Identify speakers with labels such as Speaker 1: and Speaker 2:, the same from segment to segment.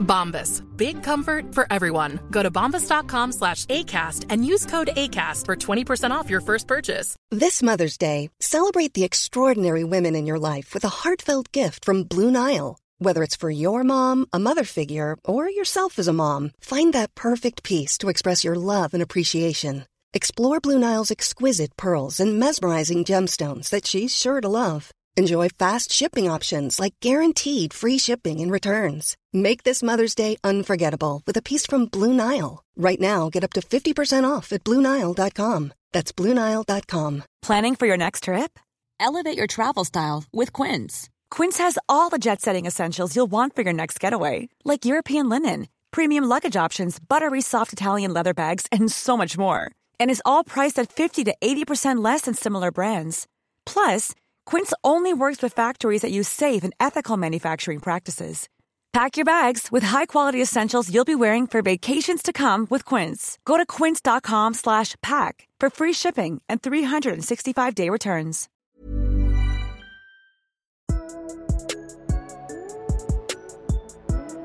Speaker 1: Bombas. Big comfort for everyone. Go to bombas.com slash ACAST and use code ACAST for 20% off your first purchase.
Speaker 2: This Mother's Day, celebrate the extraordinary women in your life with a heartfelt gift from Blue Nile. Whether it's for your mom, a mother figure, or yourself as a mom, find that perfect piece to express your love and appreciation. Explore Blue Nile's exquisite pearls and mesmerizing gemstones that she's sure to love. Enjoy fast shipping options like guaranteed free shipping and returns. Make this Mother's Day unforgettable with a piece from Blue Nile. Right now, get up to 50% off at BlueNile.com. That's BlueNile.com.
Speaker 3: Planning for your next trip?
Speaker 4: Elevate your travel style with Quince.
Speaker 3: Quince has all the jet setting essentials you'll want for your next getaway, like European linen, premium luggage options, buttery soft Italian leather bags, and so much more. And is all priced at 50 to 80% less than similar brands. Plus, Quince only works with factories that use safe and ethical manufacturing practices. Pack your bags with high-quality essentials you'll be wearing for vacations to come with Quince. Go to quince.com slash pack for free shipping and 365-day returns.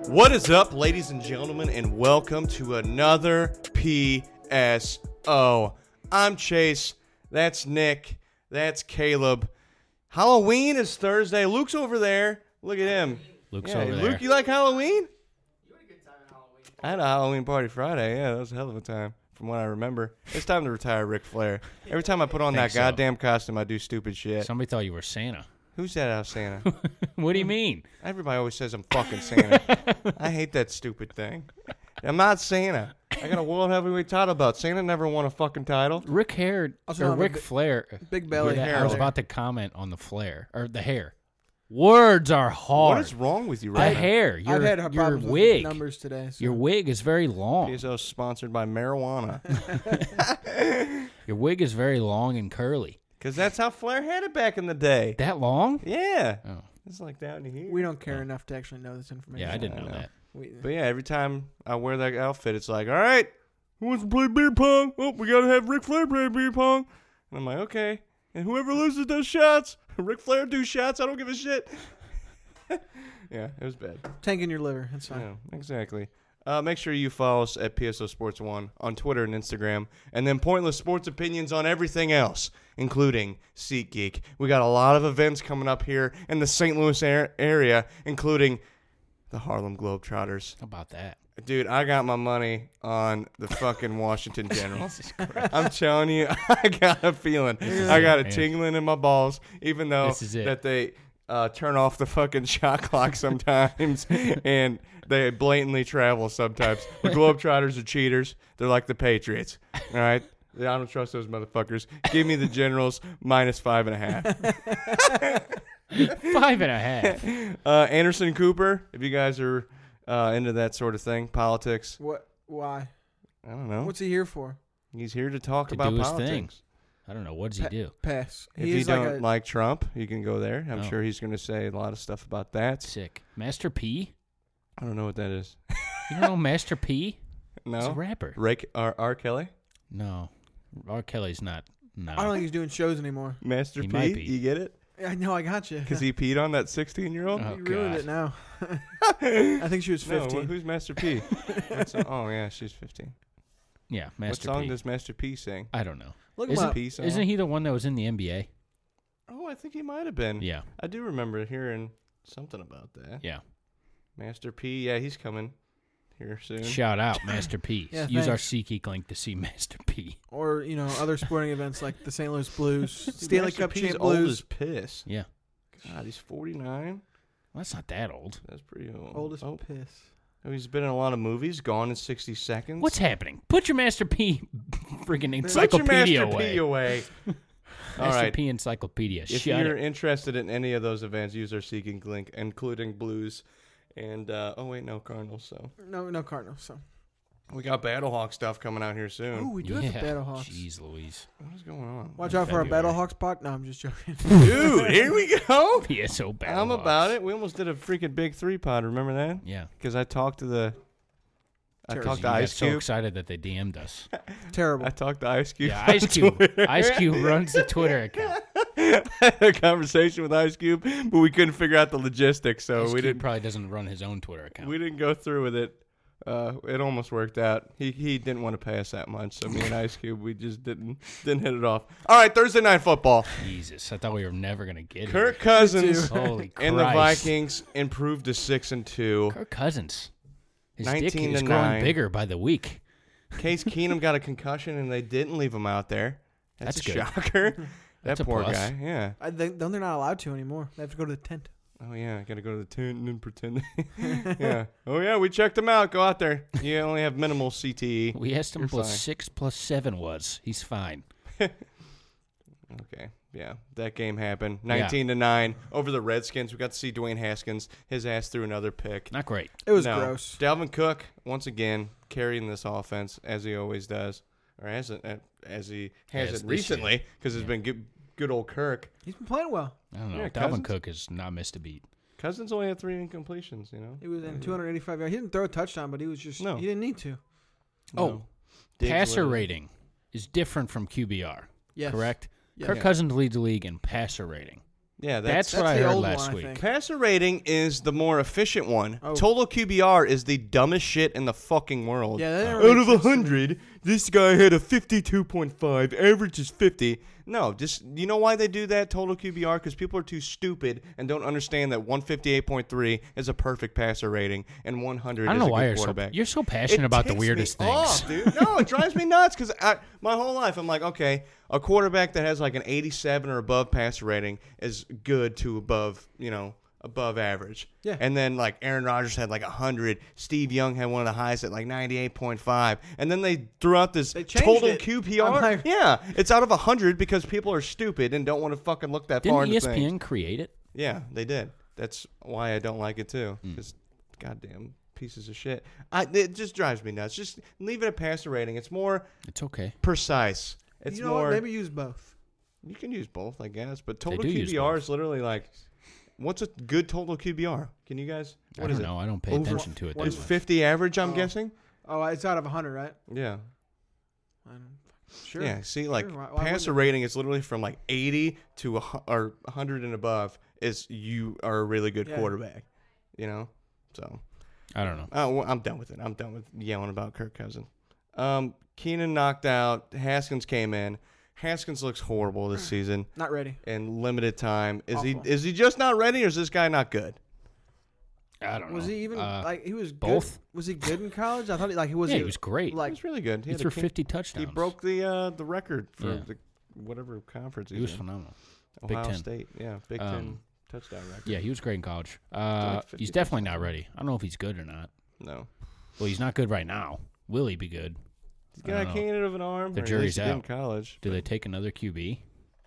Speaker 5: What is up, ladies and gentlemen, and welcome to another PSO. I'm Chase. That's Nick. That's Caleb. Halloween is Thursday. Luke's over there. Look at him.
Speaker 6: Luke's
Speaker 5: Yeah,
Speaker 6: over
Speaker 5: Luke,
Speaker 6: there.
Speaker 5: you like Halloween? I had a Halloween party Friday. Yeah, that was a hell of a time, from what I remember. It's time to retire Ric Flair. Every time I put on that
Speaker 6: so.
Speaker 5: goddamn costume, I do stupid shit.
Speaker 6: Somebody thought you were Santa.
Speaker 5: Who said I was Santa?
Speaker 6: what
Speaker 5: Mm-hmm.
Speaker 6: do you mean?
Speaker 5: Everybody always says I'm fucking Santa. I hate that stupid thing. I'm not Santa. I got a world heavyweight title belt. Santa never won a fucking title.
Speaker 6: Rick Hair
Speaker 7: Also
Speaker 6: or
Speaker 7: have a
Speaker 6: Rick
Speaker 7: bi-
Speaker 6: Flair?
Speaker 7: big belly
Speaker 6: Yeah,
Speaker 7: hair
Speaker 6: I was
Speaker 7: there.
Speaker 6: about to comment on the flair or the hair. Words are hard.
Speaker 5: What is wrong with you
Speaker 6: The
Speaker 5: right now?
Speaker 6: hair. Your,
Speaker 7: I've had her
Speaker 6: your
Speaker 7: problems with
Speaker 6: wig.
Speaker 7: numbers today. So.
Speaker 6: Your wig is very long.
Speaker 5: PSO is sponsored by marijuana.
Speaker 6: Your wig is very long and curly.
Speaker 5: Because that's how Flair had it back in the day.
Speaker 6: That long?
Speaker 5: Yeah.
Speaker 6: Oh.
Speaker 5: It's like down to here.
Speaker 7: we don't care enough to actually know this information.
Speaker 6: Yeah, I didn't know that.
Speaker 7: We,
Speaker 5: But yeah, every time I wear that outfit, it's like, all right, who wants to play beer pong? Oh, we got to have Ric Flair play beer pong. And I'm like, okay. And whoever loses those shots, Ric Flair do shots. I don't give a shit. yeah, it was bad.
Speaker 7: tank in your liver. That's fine.
Speaker 5: Yeah, exactly. Uh, make sure you follow us at PSO Sports One on Twitter and Instagram, and then pointless sports opinions on everything else, including SeatGeek. We got a lot of events coming up here in the St. Louis ar- area, including the Harlem Globetrotters.
Speaker 6: How about that?
Speaker 5: Dude, I got my money on the fucking Washington Generals. I'm telling you, I got a feeling. I got a tingling in my balls, even though
Speaker 6: This is it.
Speaker 5: that they uh, turn off the fucking shot clock sometimes and they blatantly travel sometimes. The Globetrotters are cheaters. They're like the Patriots. All right? I don't trust those motherfuckers. Give me the Generals minus five and a half.
Speaker 6: Five and a half.
Speaker 5: Uh, Anderson Cooper, if you guys are uh, into that sort of thing, politics,
Speaker 7: What? Why?
Speaker 5: I don't know.
Speaker 7: What's he here for?
Speaker 5: He's here to talk
Speaker 6: To
Speaker 5: about
Speaker 6: do his
Speaker 5: politics.
Speaker 6: thing. I don't know. What does he
Speaker 7: Pa-
Speaker 6: do?
Speaker 7: Pass.
Speaker 5: If
Speaker 7: He
Speaker 5: you
Speaker 7: is
Speaker 5: don't like,
Speaker 7: a-
Speaker 5: Trump, you can go there. I'm
Speaker 6: Oh.
Speaker 5: sure he's going to say a lot of stuff about that.
Speaker 6: Sick. Master P?
Speaker 5: I don't know what that is.
Speaker 6: You don't know Master P?
Speaker 5: No.
Speaker 6: He's a rapper.
Speaker 5: Rick R. R. Kelly,
Speaker 6: No. R. Kelly's not. No.
Speaker 7: I don't think he's doing shows anymore.
Speaker 5: Master
Speaker 6: He
Speaker 5: P.
Speaker 6: might be.
Speaker 5: You get it?
Speaker 7: I know. I got you.
Speaker 5: Because he peed on that 16 year old.
Speaker 6: Oh,
Speaker 7: You ruined
Speaker 6: God.
Speaker 7: it now. I think she was
Speaker 5: No, wh-
Speaker 7: 15.
Speaker 5: who's Master P? What's- oh yeah, she's 15.
Speaker 6: Yeah,
Speaker 5: what
Speaker 6: Master
Speaker 5: song
Speaker 6: P.
Speaker 5: does Master P sing?
Speaker 6: I don't know.
Speaker 7: Look him
Speaker 6: isn't,
Speaker 7: up.
Speaker 5: P song?
Speaker 6: isn't he the one that was in the NBA?
Speaker 5: Oh, I think he might have been.
Speaker 6: Yeah.
Speaker 5: I do remember hearing something about that.
Speaker 6: Yeah.
Speaker 5: Master P. Yeah, he's coming here soon.
Speaker 6: Shout out Master P.
Speaker 7: Yeah,
Speaker 6: Use our
Speaker 7: thanks.
Speaker 6: SeatGeek link to see Master P.
Speaker 7: or you know other sporting events like the St. Louis Blues, Stanley
Speaker 5: Master
Speaker 7: Cup
Speaker 5: P's
Speaker 7: champ
Speaker 5: old as
Speaker 7: Blues.
Speaker 5: piss.
Speaker 6: Yeah.
Speaker 5: God, he's 49.
Speaker 6: Well, that's not that old.
Speaker 5: That's pretty old.
Speaker 7: Oldest
Speaker 5: oh,
Speaker 7: piss.
Speaker 5: Oh, he's been in a lot of movies. Gone in 60 Seconds.
Speaker 6: What's happening? Put your Master P freaking
Speaker 5: Put your
Speaker 6: encyclopedia
Speaker 5: Master
Speaker 6: away.
Speaker 5: P away. All
Speaker 6: Master
Speaker 5: right.
Speaker 6: P encyclopedia.
Speaker 5: if
Speaker 6: Shut
Speaker 5: you're
Speaker 6: it.
Speaker 5: interested in any of those events, use our Seeking link, including Blues and, uh, oh, wait, no, Cardinals. So
Speaker 7: No, no Cardinals. So
Speaker 5: We got Battlehawk stuff coming out here soon.
Speaker 7: Ooh, we do have the Battlehawks.
Speaker 6: Jeez Louise.
Speaker 5: What is going on?
Speaker 7: Watch out for our
Speaker 6: February.
Speaker 7: Battlehawks pot. No, I'm just joking.
Speaker 5: Dude, here we go.
Speaker 6: PSO battle.
Speaker 5: I'm about it. We almost did a freaking big three pod. Remember that?
Speaker 6: Yeah.
Speaker 5: Because I talked to the. I
Speaker 7: Terrorism.
Speaker 5: talked to
Speaker 6: I got
Speaker 5: Ice
Speaker 6: so
Speaker 5: Cube.
Speaker 6: excited that they DM'd us.
Speaker 7: Terrible.
Speaker 5: I talked to Ice Cube.
Speaker 6: Yeah,
Speaker 5: on
Speaker 6: Ice Cube.
Speaker 5: Twitter.
Speaker 6: Ice Cube runs the Twitter account.
Speaker 5: I had a conversation with Ice Cube, but we couldn't figure out the logistics, so
Speaker 6: Ice
Speaker 5: we
Speaker 6: Cube
Speaker 5: didn't.
Speaker 6: probably doesn't run his own Twitter account.
Speaker 5: We didn't go through with it. Uh, it almost worked out. He he didn't want to pay us that much, so me and Ice Cube we just didn't didn't hit it off. All right, Thursday night football.
Speaker 6: Jesus, I thought we were never gonna get
Speaker 5: Kirk
Speaker 6: here.
Speaker 5: Cousins
Speaker 6: Holy
Speaker 5: and the
Speaker 6: Oh, Christ.
Speaker 5: Vikings improved to six and two.
Speaker 6: Kirk Cousins. His dick
Speaker 5: 19
Speaker 6: is
Speaker 5: to
Speaker 6: growing
Speaker 5: nine.
Speaker 6: bigger by the week.
Speaker 5: Case Keenum got a concussion and they didn't leave him out there. That's,
Speaker 6: That's
Speaker 5: a
Speaker 6: good.
Speaker 5: shocker. that
Speaker 6: That's a
Speaker 5: poor
Speaker 6: plus.
Speaker 5: guy. Yeah.
Speaker 7: I think then they're not allowed to anymore. They have to go to the tent.
Speaker 5: Oh yeah, I gotta go to the tent and pretend. yeah. Oh yeah, we checked him out. Go out there. You only have minimal E. CTE.
Speaker 6: We asked him
Speaker 5: You're
Speaker 6: what
Speaker 5: fine.
Speaker 6: six plus seven was. He's fine.
Speaker 5: Okay. Yeah. That game happened.
Speaker 6: Yeah.
Speaker 5: Nineteen to nine over the Redskins. We got to see Dwayne Haskins. His ass threw another pick.
Speaker 6: Not great.
Speaker 7: It was
Speaker 5: No.
Speaker 7: gross.
Speaker 5: Dalvin Cook once again carrying this offense as he always does, or as it, uh, as he has
Speaker 6: As
Speaker 5: it
Speaker 6: this year.
Speaker 5: recently, because it's been good, good old Kirk.
Speaker 7: He's been playing well.
Speaker 6: I don't know.
Speaker 5: Yeah,
Speaker 6: Dalvin
Speaker 5: Cousins-
Speaker 6: Cook has not missed a beat.
Speaker 5: Cousins only had three incompletions. You know.
Speaker 7: He was in 285 yards. He didn't throw a touchdown, but he was just
Speaker 5: No.
Speaker 7: he didn't need to.
Speaker 6: Oh,
Speaker 5: Diggs
Speaker 6: passer
Speaker 5: led it.
Speaker 6: rating is different from QBR.
Speaker 7: Yes.
Speaker 6: Correct.
Speaker 7: Yes.
Speaker 6: Kirk Cousins leads the league in passer rating.
Speaker 5: Yeah, that's,
Speaker 6: That's,
Speaker 7: That's
Speaker 6: what I
Speaker 7: the
Speaker 6: heard
Speaker 7: old
Speaker 6: last
Speaker 7: one, I
Speaker 6: week.
Speaker 7: think.
Speaker 5: Passer rating is the more efficient one.
Speaker 7: Oh.
Speaker 5: Total QBR is the dumbest shit in the fucking world.
Speaker 7: Yeah, that didn't really
Speaker 5: Out of a
Speaker 7: make sense to me.
Speaker 5: hundred, this guy had a fifty-two point five. Average is fifty. No, just you know why they do that total QBR? Because people are too stupid and don't understand that one fifty-eight point three is a perfect passer rating and one hundred.
Speaker 6: I don't
Speaker 5: is
Speaker 6: know
Speaker 5: a
Speaker 6: why
Speaker 5: good
Speaker 6: you're so
Speaker 5: quarterback.
Speaker 6: you're so passionate
Speaker 5: It
Speaker 6: about the
Speaker 5: ticks me
Speaker 6: weirdest things.
Speaker 5: off, dude. No, it drives me nuts because my whole life I'm like, okay, a quarterback that has like an 87 or above passer rating is good to above, you know, above average.
Speaker 7: Yeah.
Speaker 5: And then like Aaron Rodgers had like 100. Steve Young had one of the highest at like 98.5. And then they threw out this
Speaker 7: They changed
Speaker 5: total
Speaker 7: it.
Speaker 5: QPR.
Speaker 7: I'm like-
Speaker 5: yeah, it's out of 100 because people are stupid and don't want to fucking look that far
Speaker 6: Didn't E
Speaker 5: into
Speaker 6: ESPN
Speaker 5: things.
Speaker 6: create it?
Speaker 5: Yeah, they did. That's why I don't like it too.
Speaker 6: Hmm.
Speaker 5: Because goddamn pieces of shit. I it just drives me nuts. Just leave it at passer rating. It's more
Speaker 6: It's okay.
Speaker 5: precise. It's
Speaker 7: you know
Speaker 5: more.
Speaker 7: what? Maybe use both.
Speaker 5: you can use both, I guess. But total
Speaker 6: do use
Speaker 5: QBR
Speaker 6: both.
Speaker 5: is literally like, what's a good total QBR? Can you guys?
Speaker 6: I
Speaker 5: What
Speaker 6: don't
Speaker 5: is
Speaker 6: know. I don't pay
Speaker 5: Over-
Speaker 6: attention to it.
Speaker 5: it? Is
Speaker 6: That much.
Speaker 5: fifty average? I'm guessing.
Speaker 7: Oh, it's out of 100, right?
Speaker 5: Yeah.
Speaker 7: I don't- Sure.
Speaker 5: Yeah. See, like
Speaker 7: Sure, why- why wouldn't
Speaker 5: passer
Speaker 7: it?
Speaker 5: rating is literally from like eighty to a, hu- or hundred and above is you are a really good
Speaker 7: Yeah.
Speaker 5: quarterback. You know. So.
Speaker 6: I don't know.
Speaker 5: Oh, well, I'm done with it. I'm done with yelling about Kirk Cousins. Um, Keenan knocked out. Haskins came in. Haskins looks horrible this season
Speaker 7: Not ready.
Speaker 5: in limited time. Is
Speaker 7: Awful.
Speaker 5: he is he just not ready, or is this guy not good?
Speaker 6: I don't know.
Speaker 7: Was he even
Speaker 6: Uh,
Speaker 7: like he was good-
Speaker 6: both?
Speaker 7: Was he good in college? I thought he like he was.
Speaker 6: Yeah, he was great.
Speaker 5: Like,
Speaker 7: Like
Speaker 5: he's really good.
Speaker 6: He
Speaker 5: had a
Speaker 6: threw
Speaker 5: king-
Speaker 6: 50 touchdowns.
Speaker 5: He broke the uh, the record for
Speaker 6: Yeah.
Speaker 5: the whatever conference he's
Speaker 6: He was
Speaker 5: in.
Speaker 6: phenomenal. Big
Speaker 5: Ohio
Speaker 6: Ten.
Speaker 5: State, yeah, Big
Speaker 6: Um,
Speaker 5: Ten touchdown record.
Speaker 6: Yeah, he was great in college. Uh,
Speaker 5: 50
Speaker 6: he's definitely not ready. I don't know if he's good or not.
Speaker 5: No,
Speaker 6: Well, he's not good right now. Will he be good?
Speaker 5: he's
Speaker 6: I don't
Speaker 5: got a
Speaker 6: know.
Speaker 5: cannon of an arm.
Speaker 6: The
Speaker 5: or at
Speaker 6: jury's
Speaker 5: least he did in
Speaker 6: out.
Speaker 5: college.
Speaker 6: Do they take another QB?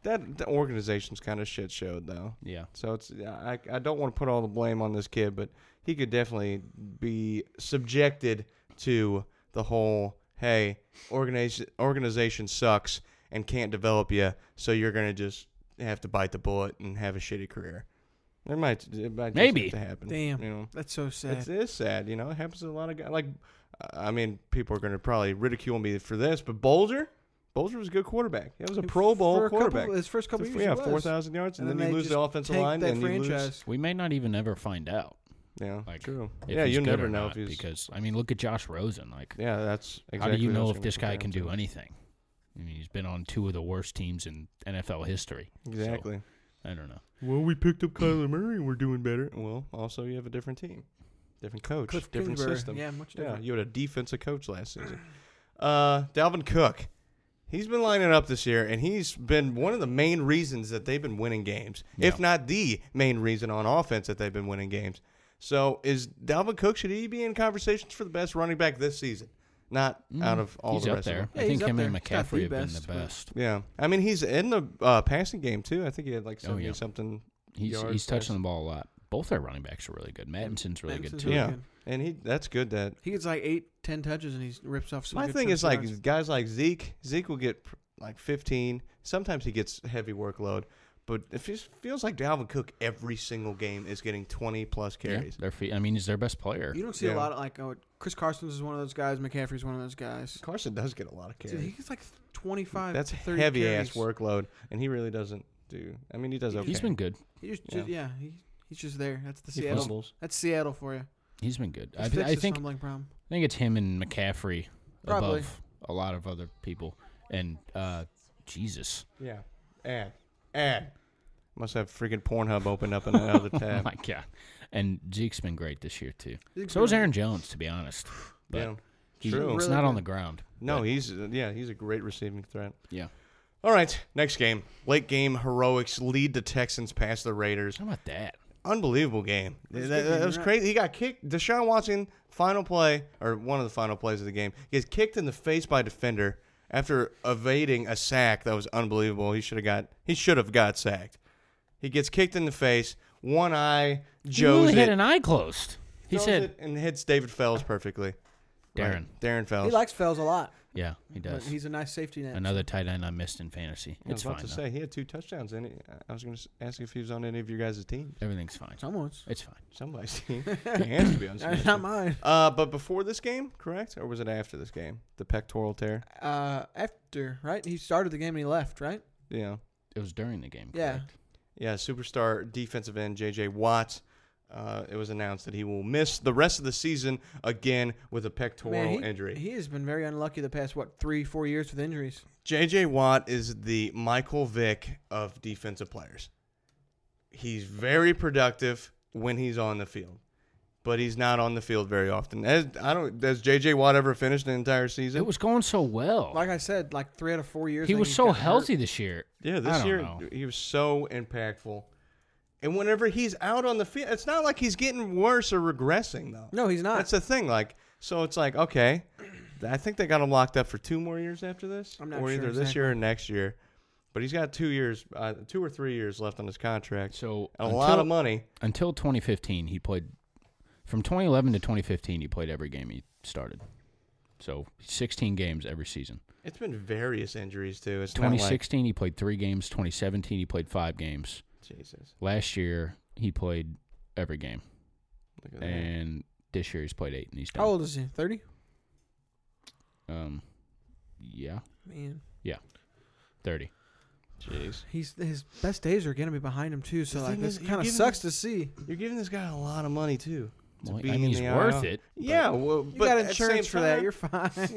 Speaker 5: That the organization's kind of shit showed though.
Speaker 6: Yeah.
Speaker 5: So it's I, I don't want to put all the blame on this kid, but he could definitely be subjected to the whole hey organization organization sucks and can't develop you, so you're gonna just have to bite the bullet and have a shitty career. It might it might just
Speaker 6: Maybe.
Speaker 5: have to happen.
Speaker 7: damn,
Speaker 5: you know
Speaker 7: that's so sad.
Speaker 5: it's it is sad. You know it happens to a lot of guys. Like I mean, people are gonna probably ridicule me for this, but Bolger. Bolger was a good quarterback. He was a Pro Bowl
Speaker 7: For a couple-
Speaker 5: quarterback.
Speaker 7: his first couple
Speaker 5: So,
Speaker 7: years,
Speaker 5: yeah,
Speaker 7: he was.
Speaker 5: four thousand yards, and, then,
Speaker 7: they
Speaker 5: you lose the
Speaker 7: just
Speaker 5: offensive
Speaker 7: tanked
Speaker 5: line,
Speaker 7: That
Speaker 5: and you
Speaker 7: franchise.
Speaker 5: lose
Speaker 6: We may not even ever find out.
Speaker 5: yeah,
Speaker 6: Like,
Speaker 5: true.
Speaker 6: if
Speaker 5: yeah,
Speaker 6: he's
Speaker 5: you
Speaker 6: good
Speaker 5: never
Speaker 6: or
Speaker 5: know
Speaker 6: not,
Speaker 5: if he's.
Speaker 6: because I mean, look at Josh Rosen. Like,
Speaker 5: yeah, that's exactly.
Speaker 6: how do you
Speaker 5: what I
Speaker 6: know
Speaker 5: was
Speaker 6: if
Speaker 5: gonna
Speaker 6: this guy
Speaker 5: compare
Speaker 6: can
Speaker 5: him to.
Speaker 6: do anything? I mean, he's been on two of the worst teams in NFL history. So,
Speaker 5: Exactly.
Speaker 6: I don't know.
Speaker 5: Well, we picked up Kyler Murray, and we're doing better. Well, also you have a different team, different coach,
Speaker 7: Cliff
Speaker 5: different
Speaker 7: Kingsbury.
Speaker 5: system.
Speaker 7: Yeah, much different.
Speaker 5: Yeah, you had a defensive coach last season. Uh, Dalvin Cook, he's been lining up this year, and he's been one of the main reasons that they've been winning games, if not the main reason on offense that they've been winning games. So, is Dalvin Cook should he be in conversations for the best running back this season? Not out of all
Speaker 6: Mm, he's
Speaker 5: the
Speaker 6: up
Speaker 5: rest of
Speaker 6: there.
Speaker 5: them.
Speaker 7: Yeah,
Speaker 6: I think
Speaker 7: he's up
Speaker 6: him and
Speaker 7: there. He's not the
Speaker 6: McCaffrey have been
Speaker 7: best,
Speaker 6: the
Speaker 7: but-
Speaker 6: best.
Speaker 5: Yeah, I mean he's in the uh, passing game too. I think he had like
Speaker 6: Oh,
Speaker 5: seventy
Speaker 6: yeah.
Speaker 5: something.
Speaker 6: He's
Speaker 5: yards
Speaker 6: he's
Speaker 5: last-
Speaker 6: touching the ball a lot. Both our running backs are really good. Madison's really good
Speaker 7: Madison's
Speaker 6: too.
Speaker 7: really
Speaker 5: Yeah,
Speaker 7: good.
Speaker 5: and he that's good that
Speaker 7: He gets like eight, ten touches, and he rips off some.
Speaker 5: My
Speaker 7: good
Speaker 5: thing
Speaker 7: chunks
Speaker 5: is
Speaker 7: of
Speaker 5: like
Speaker 7: yards.
Speaker 5: guys like Zeke. Zeke will get pr- like 15. Sometimes he gets heavy workload, but it feels, feels like Dalvin Cook every single game is getting 20 plus
Speaker 6: Yeah,
Speaker 5: carries.
Speaker 6: their feet. I mean, he's their best player.
Speaker 7: you don't see
Speaker 5: Yeah.
Speaker 7: a lot of like oh, Chris Carson's is one of those guys. McCaffrey's one of those guys.
Speaker 5: Carson does get a lot of
Speaker 7: Dude, he
Speaker 5: carries.
Speaker 7: gets like twenty five.
Speaker 5: That's
Speaker 7: thirty
Speaker 5: heavy ass
Speaker 7: carries.
Speaker 5: workload, and he really doesn't do. I mean, he does okay.
Speaker 6: He's been good.
Speaker 7: He just,
Speaker 5: Yeah.
Speaker 7: yeah, yeah he, he's just there. That's the
Speaker 5: He
Speaker 7: Seattle.
Speaker 5: fumbles.
Speaker 7: That's Seattle for you.
Speaker 6: He's been good.
Speaker 7: He
Speaker 6: I,
Speaker 7: fixed
Speaker 6: I
Speaker 7: the
Speaker 6: think.
Speaker 7: fumbling problem.
Speaker 6: I think it's him and McCaffrey
Speaker 7: Probably.
Speaker 6: above a lot of other people. And uh, Jesus,
Speaker 5: Yeah. And and must have freaking Pornhub opened up in another
Speaker 6: oh
Speaker 5: tab.
Speaker 6: my God. And Zeke's been great this year too.
Speaker 7: Zeke's
Speaker 6: So is
Speaker 7: been-
Speaker 6: Aaron Jones, to be honest. But
Speaker 5: yeah.
Speaker 6: he's,
Speaker 5: True.
Speaker 6: it's
Speaker 7: Really
Speaker 6: not on
Speaker 7: good.
Speaker 6: the ground.
Speaker 5: No, he's yeah, he's a great receiving threat.
Speaker 6: Yeah.
Speaker 5: All right, next game. Late game heroics lead the Texans past the Raiders.
Speaker 6: How about that?
Speaker 5: Unbelievable game. That,
Speaker 7: a good
Speaker 5: that
Speaker 7: game,
Speaker 5: was
Speaker 7: you're right.
Speaker 5: crazy. He got kicked. Deshaun Watson, final play, or one of the final plays of the game, gets kicked in the face by a defender after evading a sack that was unbelievable. He should have got he should have got sacked. He gets kicked in the face, one eye,
Speaker 6: he
Speaker 5: Joe's
Speaker 6: really had
Speaker 5: it,
Speaker 6: an eye closed. He
Speaker 5: throws
Speaker 6: said,
Speaker 5: it and hits David Fells perfectly.
Speaker 6: "Darren."
Speaker 5: Right, Darren Fells.
Speaker 7: He likes Fells a lot.
Speaker 6: Yeah, he
Speaker 7: But
Speaker 6: does.
Speaker 7: he's a nice safety net.
Speaker 6: Another tight end I missed in fantasy.
Speaker 5: I was
Speaker 6: It's
Speaker 5: about
Speaker 6: fine.
Speaker 5: to
Speaker 6: though.
Speaker 5: say he had two touchdowns in it. I was going to ask if he was on any of your guys' team.
Speaker 6: Everything's fine.
Speaker 7: Someone's.
Speaker 6: It's fine.
Speaker 5: Somebody's team. he has to be on. somebody's
Speaker 7: Not
Speaker 5: team.
Speaker 7: mine.
Speaker 5: Uh, but before this game, correct, or was it after this game? The pectoral tear.
Speaker 7: Uh, after right, he started the game and he left. Right.
Speaker 5: Yeah,
Speaker 6: It was during the game.
Speaker 7: Yeah.
Speaker 6: correct?
Speaker 5: yeah. Superstar defensive end J.J. Watt. Uh, it was announced that he will miss the rest of the season again with a pectoral
Speaker 7: Man, he,
Speaker 5: injury.
Speaker 7: He has been very unlucky the past what three, four years with injuries.
Speaker 5: J.J. Watt is the Michael Vick of defensive players. He's very productive when he's on the field, but he's not on the field very often. As, I don't. Has J.J. Watt ever finished an entire season?
Speaker 6: It was going so well.
Speaker 7: Like I said, like three out of four years.
Speaker 6: Oh. he
Speaker 7: I think
Speaker 6: was
Speaker 7: he's
Speaker 6: so
Speaker 7: gotten hurt.
Speaker 6: healthy this year.
Speaker 5: Yeah,
Speaker 6: I
Speaker 5: this
Speaker 6: don't
Speaker 5: year
Speaker 6: know.
Speaker 5: he was so impactful. And whenever he's out on the field, it's not like he's getting worse or regressing though.
Speaker 7: No, he's not.
Speaker 5: That's the thing. Like, so it's like okay, I think they got him locked up for two more years after this,
Speaker 7: I'm not
Speaker 5: or
Speaker 7: sure
Speaker 5: either this year or next year. But he's got two years, uh, two or three years left on his contract.
Speaker 6: So,
Speaker 5: and a lot
Speaker 6: until-
Speaker 5: of money.
Speaker 6: Until 2015, he played. From 2011 to 2015, he played every game he started. So 16 games every season.
Speaker 5: It's been various injuries too. It's not like-
Speaker 6: 2016, he played three games. 2017, he played five games.
Speaker 5: Jesus,
Speaker 6: Last year, he played every game,
Speaker 5: look at that.
Speaker 6: and this year he's played eight, and he's done.
Speaker 7: How old is he? Thirty.
Speaker 6: Um, yeah,
Speaker 7: Man,
Speaker 6: yeah, 30.
Speaker 5: Jeez,
Speaker 7: he's his best days are gonna be behind him too. So
Speaker 5: The
Speaker 7: like
Speaker 5: thing
Speaker 7: this
Speaker 5: is, you're
Speaker 7: kind of
Speaker 5: giving-
Speaker 7: sucks to see.
Speaker 5: you're giving this guy a lot of money too. to
Speaker 6: Well, I
Speaker 5: be
Speaker 6: mean,
Speaker 5: in
Speaker 6: he's
Speaker 5: the
Speaker 6: worth
Speaker 5: IRL.
Speaker 6: it, but-
Speaker 5: Yeah, well,
Speaker 7: You
Speaker 5: but
Speaker 7: got
Speaker 5: at the
Speaker 7: insurance
Speaker 5: same
Speaker 7: for that.
Speaker 5: time-
Speaker 7: You're fine.
Speaker 5: yeah, I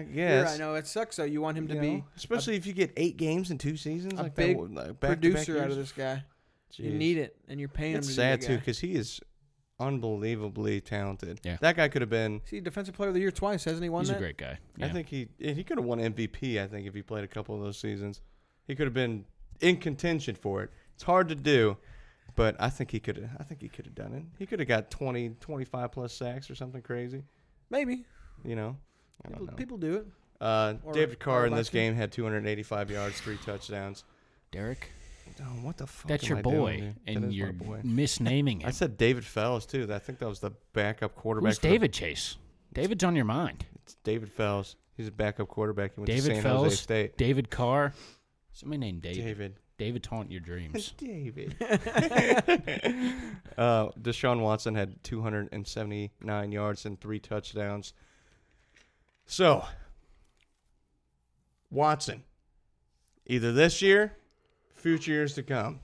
Speaker 7: You're-
Speaker 5: guess.
Speaker 7: I know it sucks though. You want him to
Speaker 5: You
Speaker 7: be
Speaker 5: know, especially if you get eight games in two seasons.
Speaker 7: a
Speaker 5: like that,
Speaker 7: big
Speaker 5: what, like back-to-back
Speaker 7: producer out
Speaker 5: years?
Speaker 7: of this guy. You
Speaker 5: Jeez.
Speaker 7: need it, and you're paying
Speaker 5: It's
Speaker 7: him. To
Speaker 5: sad
Speaker 7: be
Speaker 5: too
Speaker 7: the guy.
Speaker 5: because he is unbelievably talented.
Speaker 6: Yeah.
Speaker 5: that guy could have been.
Speaker 7: See, defensive player of the year twice, hasn't he? Won
Speaker 6: He's
Speaker 7: that?
Speaker 6: a great
Speaker 5: I
Speaker 6: guy. Yeah.
Speaker 5: think he yeah, he could have won MVP. I think if he played a couple of those seasons, he could have been in contention for it. It's hard to do, but I think he could. I think he could have done it. He could have got 20, 25 plus sacks or something crazy.
Speaker 7: Maybe
Speaker 5: You know, I don't
Speaker 7: people,
Speaker 5: know.
Speaker 7: people do it.
Speaker 5: uh,
Speaker 7: or-
Speaker 5: David
Speaker 7: or
Speaker 5: Carr in this
Speaker 7: Lexi.
Speaker 5: game had 285 yards, three touchdowns.
Speaker 6: Derek,
Speaker 5: Oh, what the fuck?
Speaker 6: that's
Speaker 5: am
Speaker 6: your
Speaker 5: I doing
Speaker 6: boy,
Speaker 5: here?
Speaker 6: and
Speaker 5: That is my
Speaker 6: you're
Speaker 5: boy.
Speaker 6: misnaming him.
Speaker 5: I said David Fells too. I think that was the backup quarterback.
Speaker 6: Who's
Speaker 5: for the-
Speaker 6: David Chase? David's on your mind.
Speaker 5: It's David Fells. He's a backup quarterback. He went to
Speaker 6: David
Speaker 5: San
Speaker 6: Fells,
Speaker 5: Jose State.
Speaker 6: David Carr. Somebody named David. David,
Speaker 5: David.
Speaker 6: taunt your dreams.
Speaker 5: David. uh, Deshaun Watson had 279 yards and three touchdowns. So, Watson, either this year, future years to come,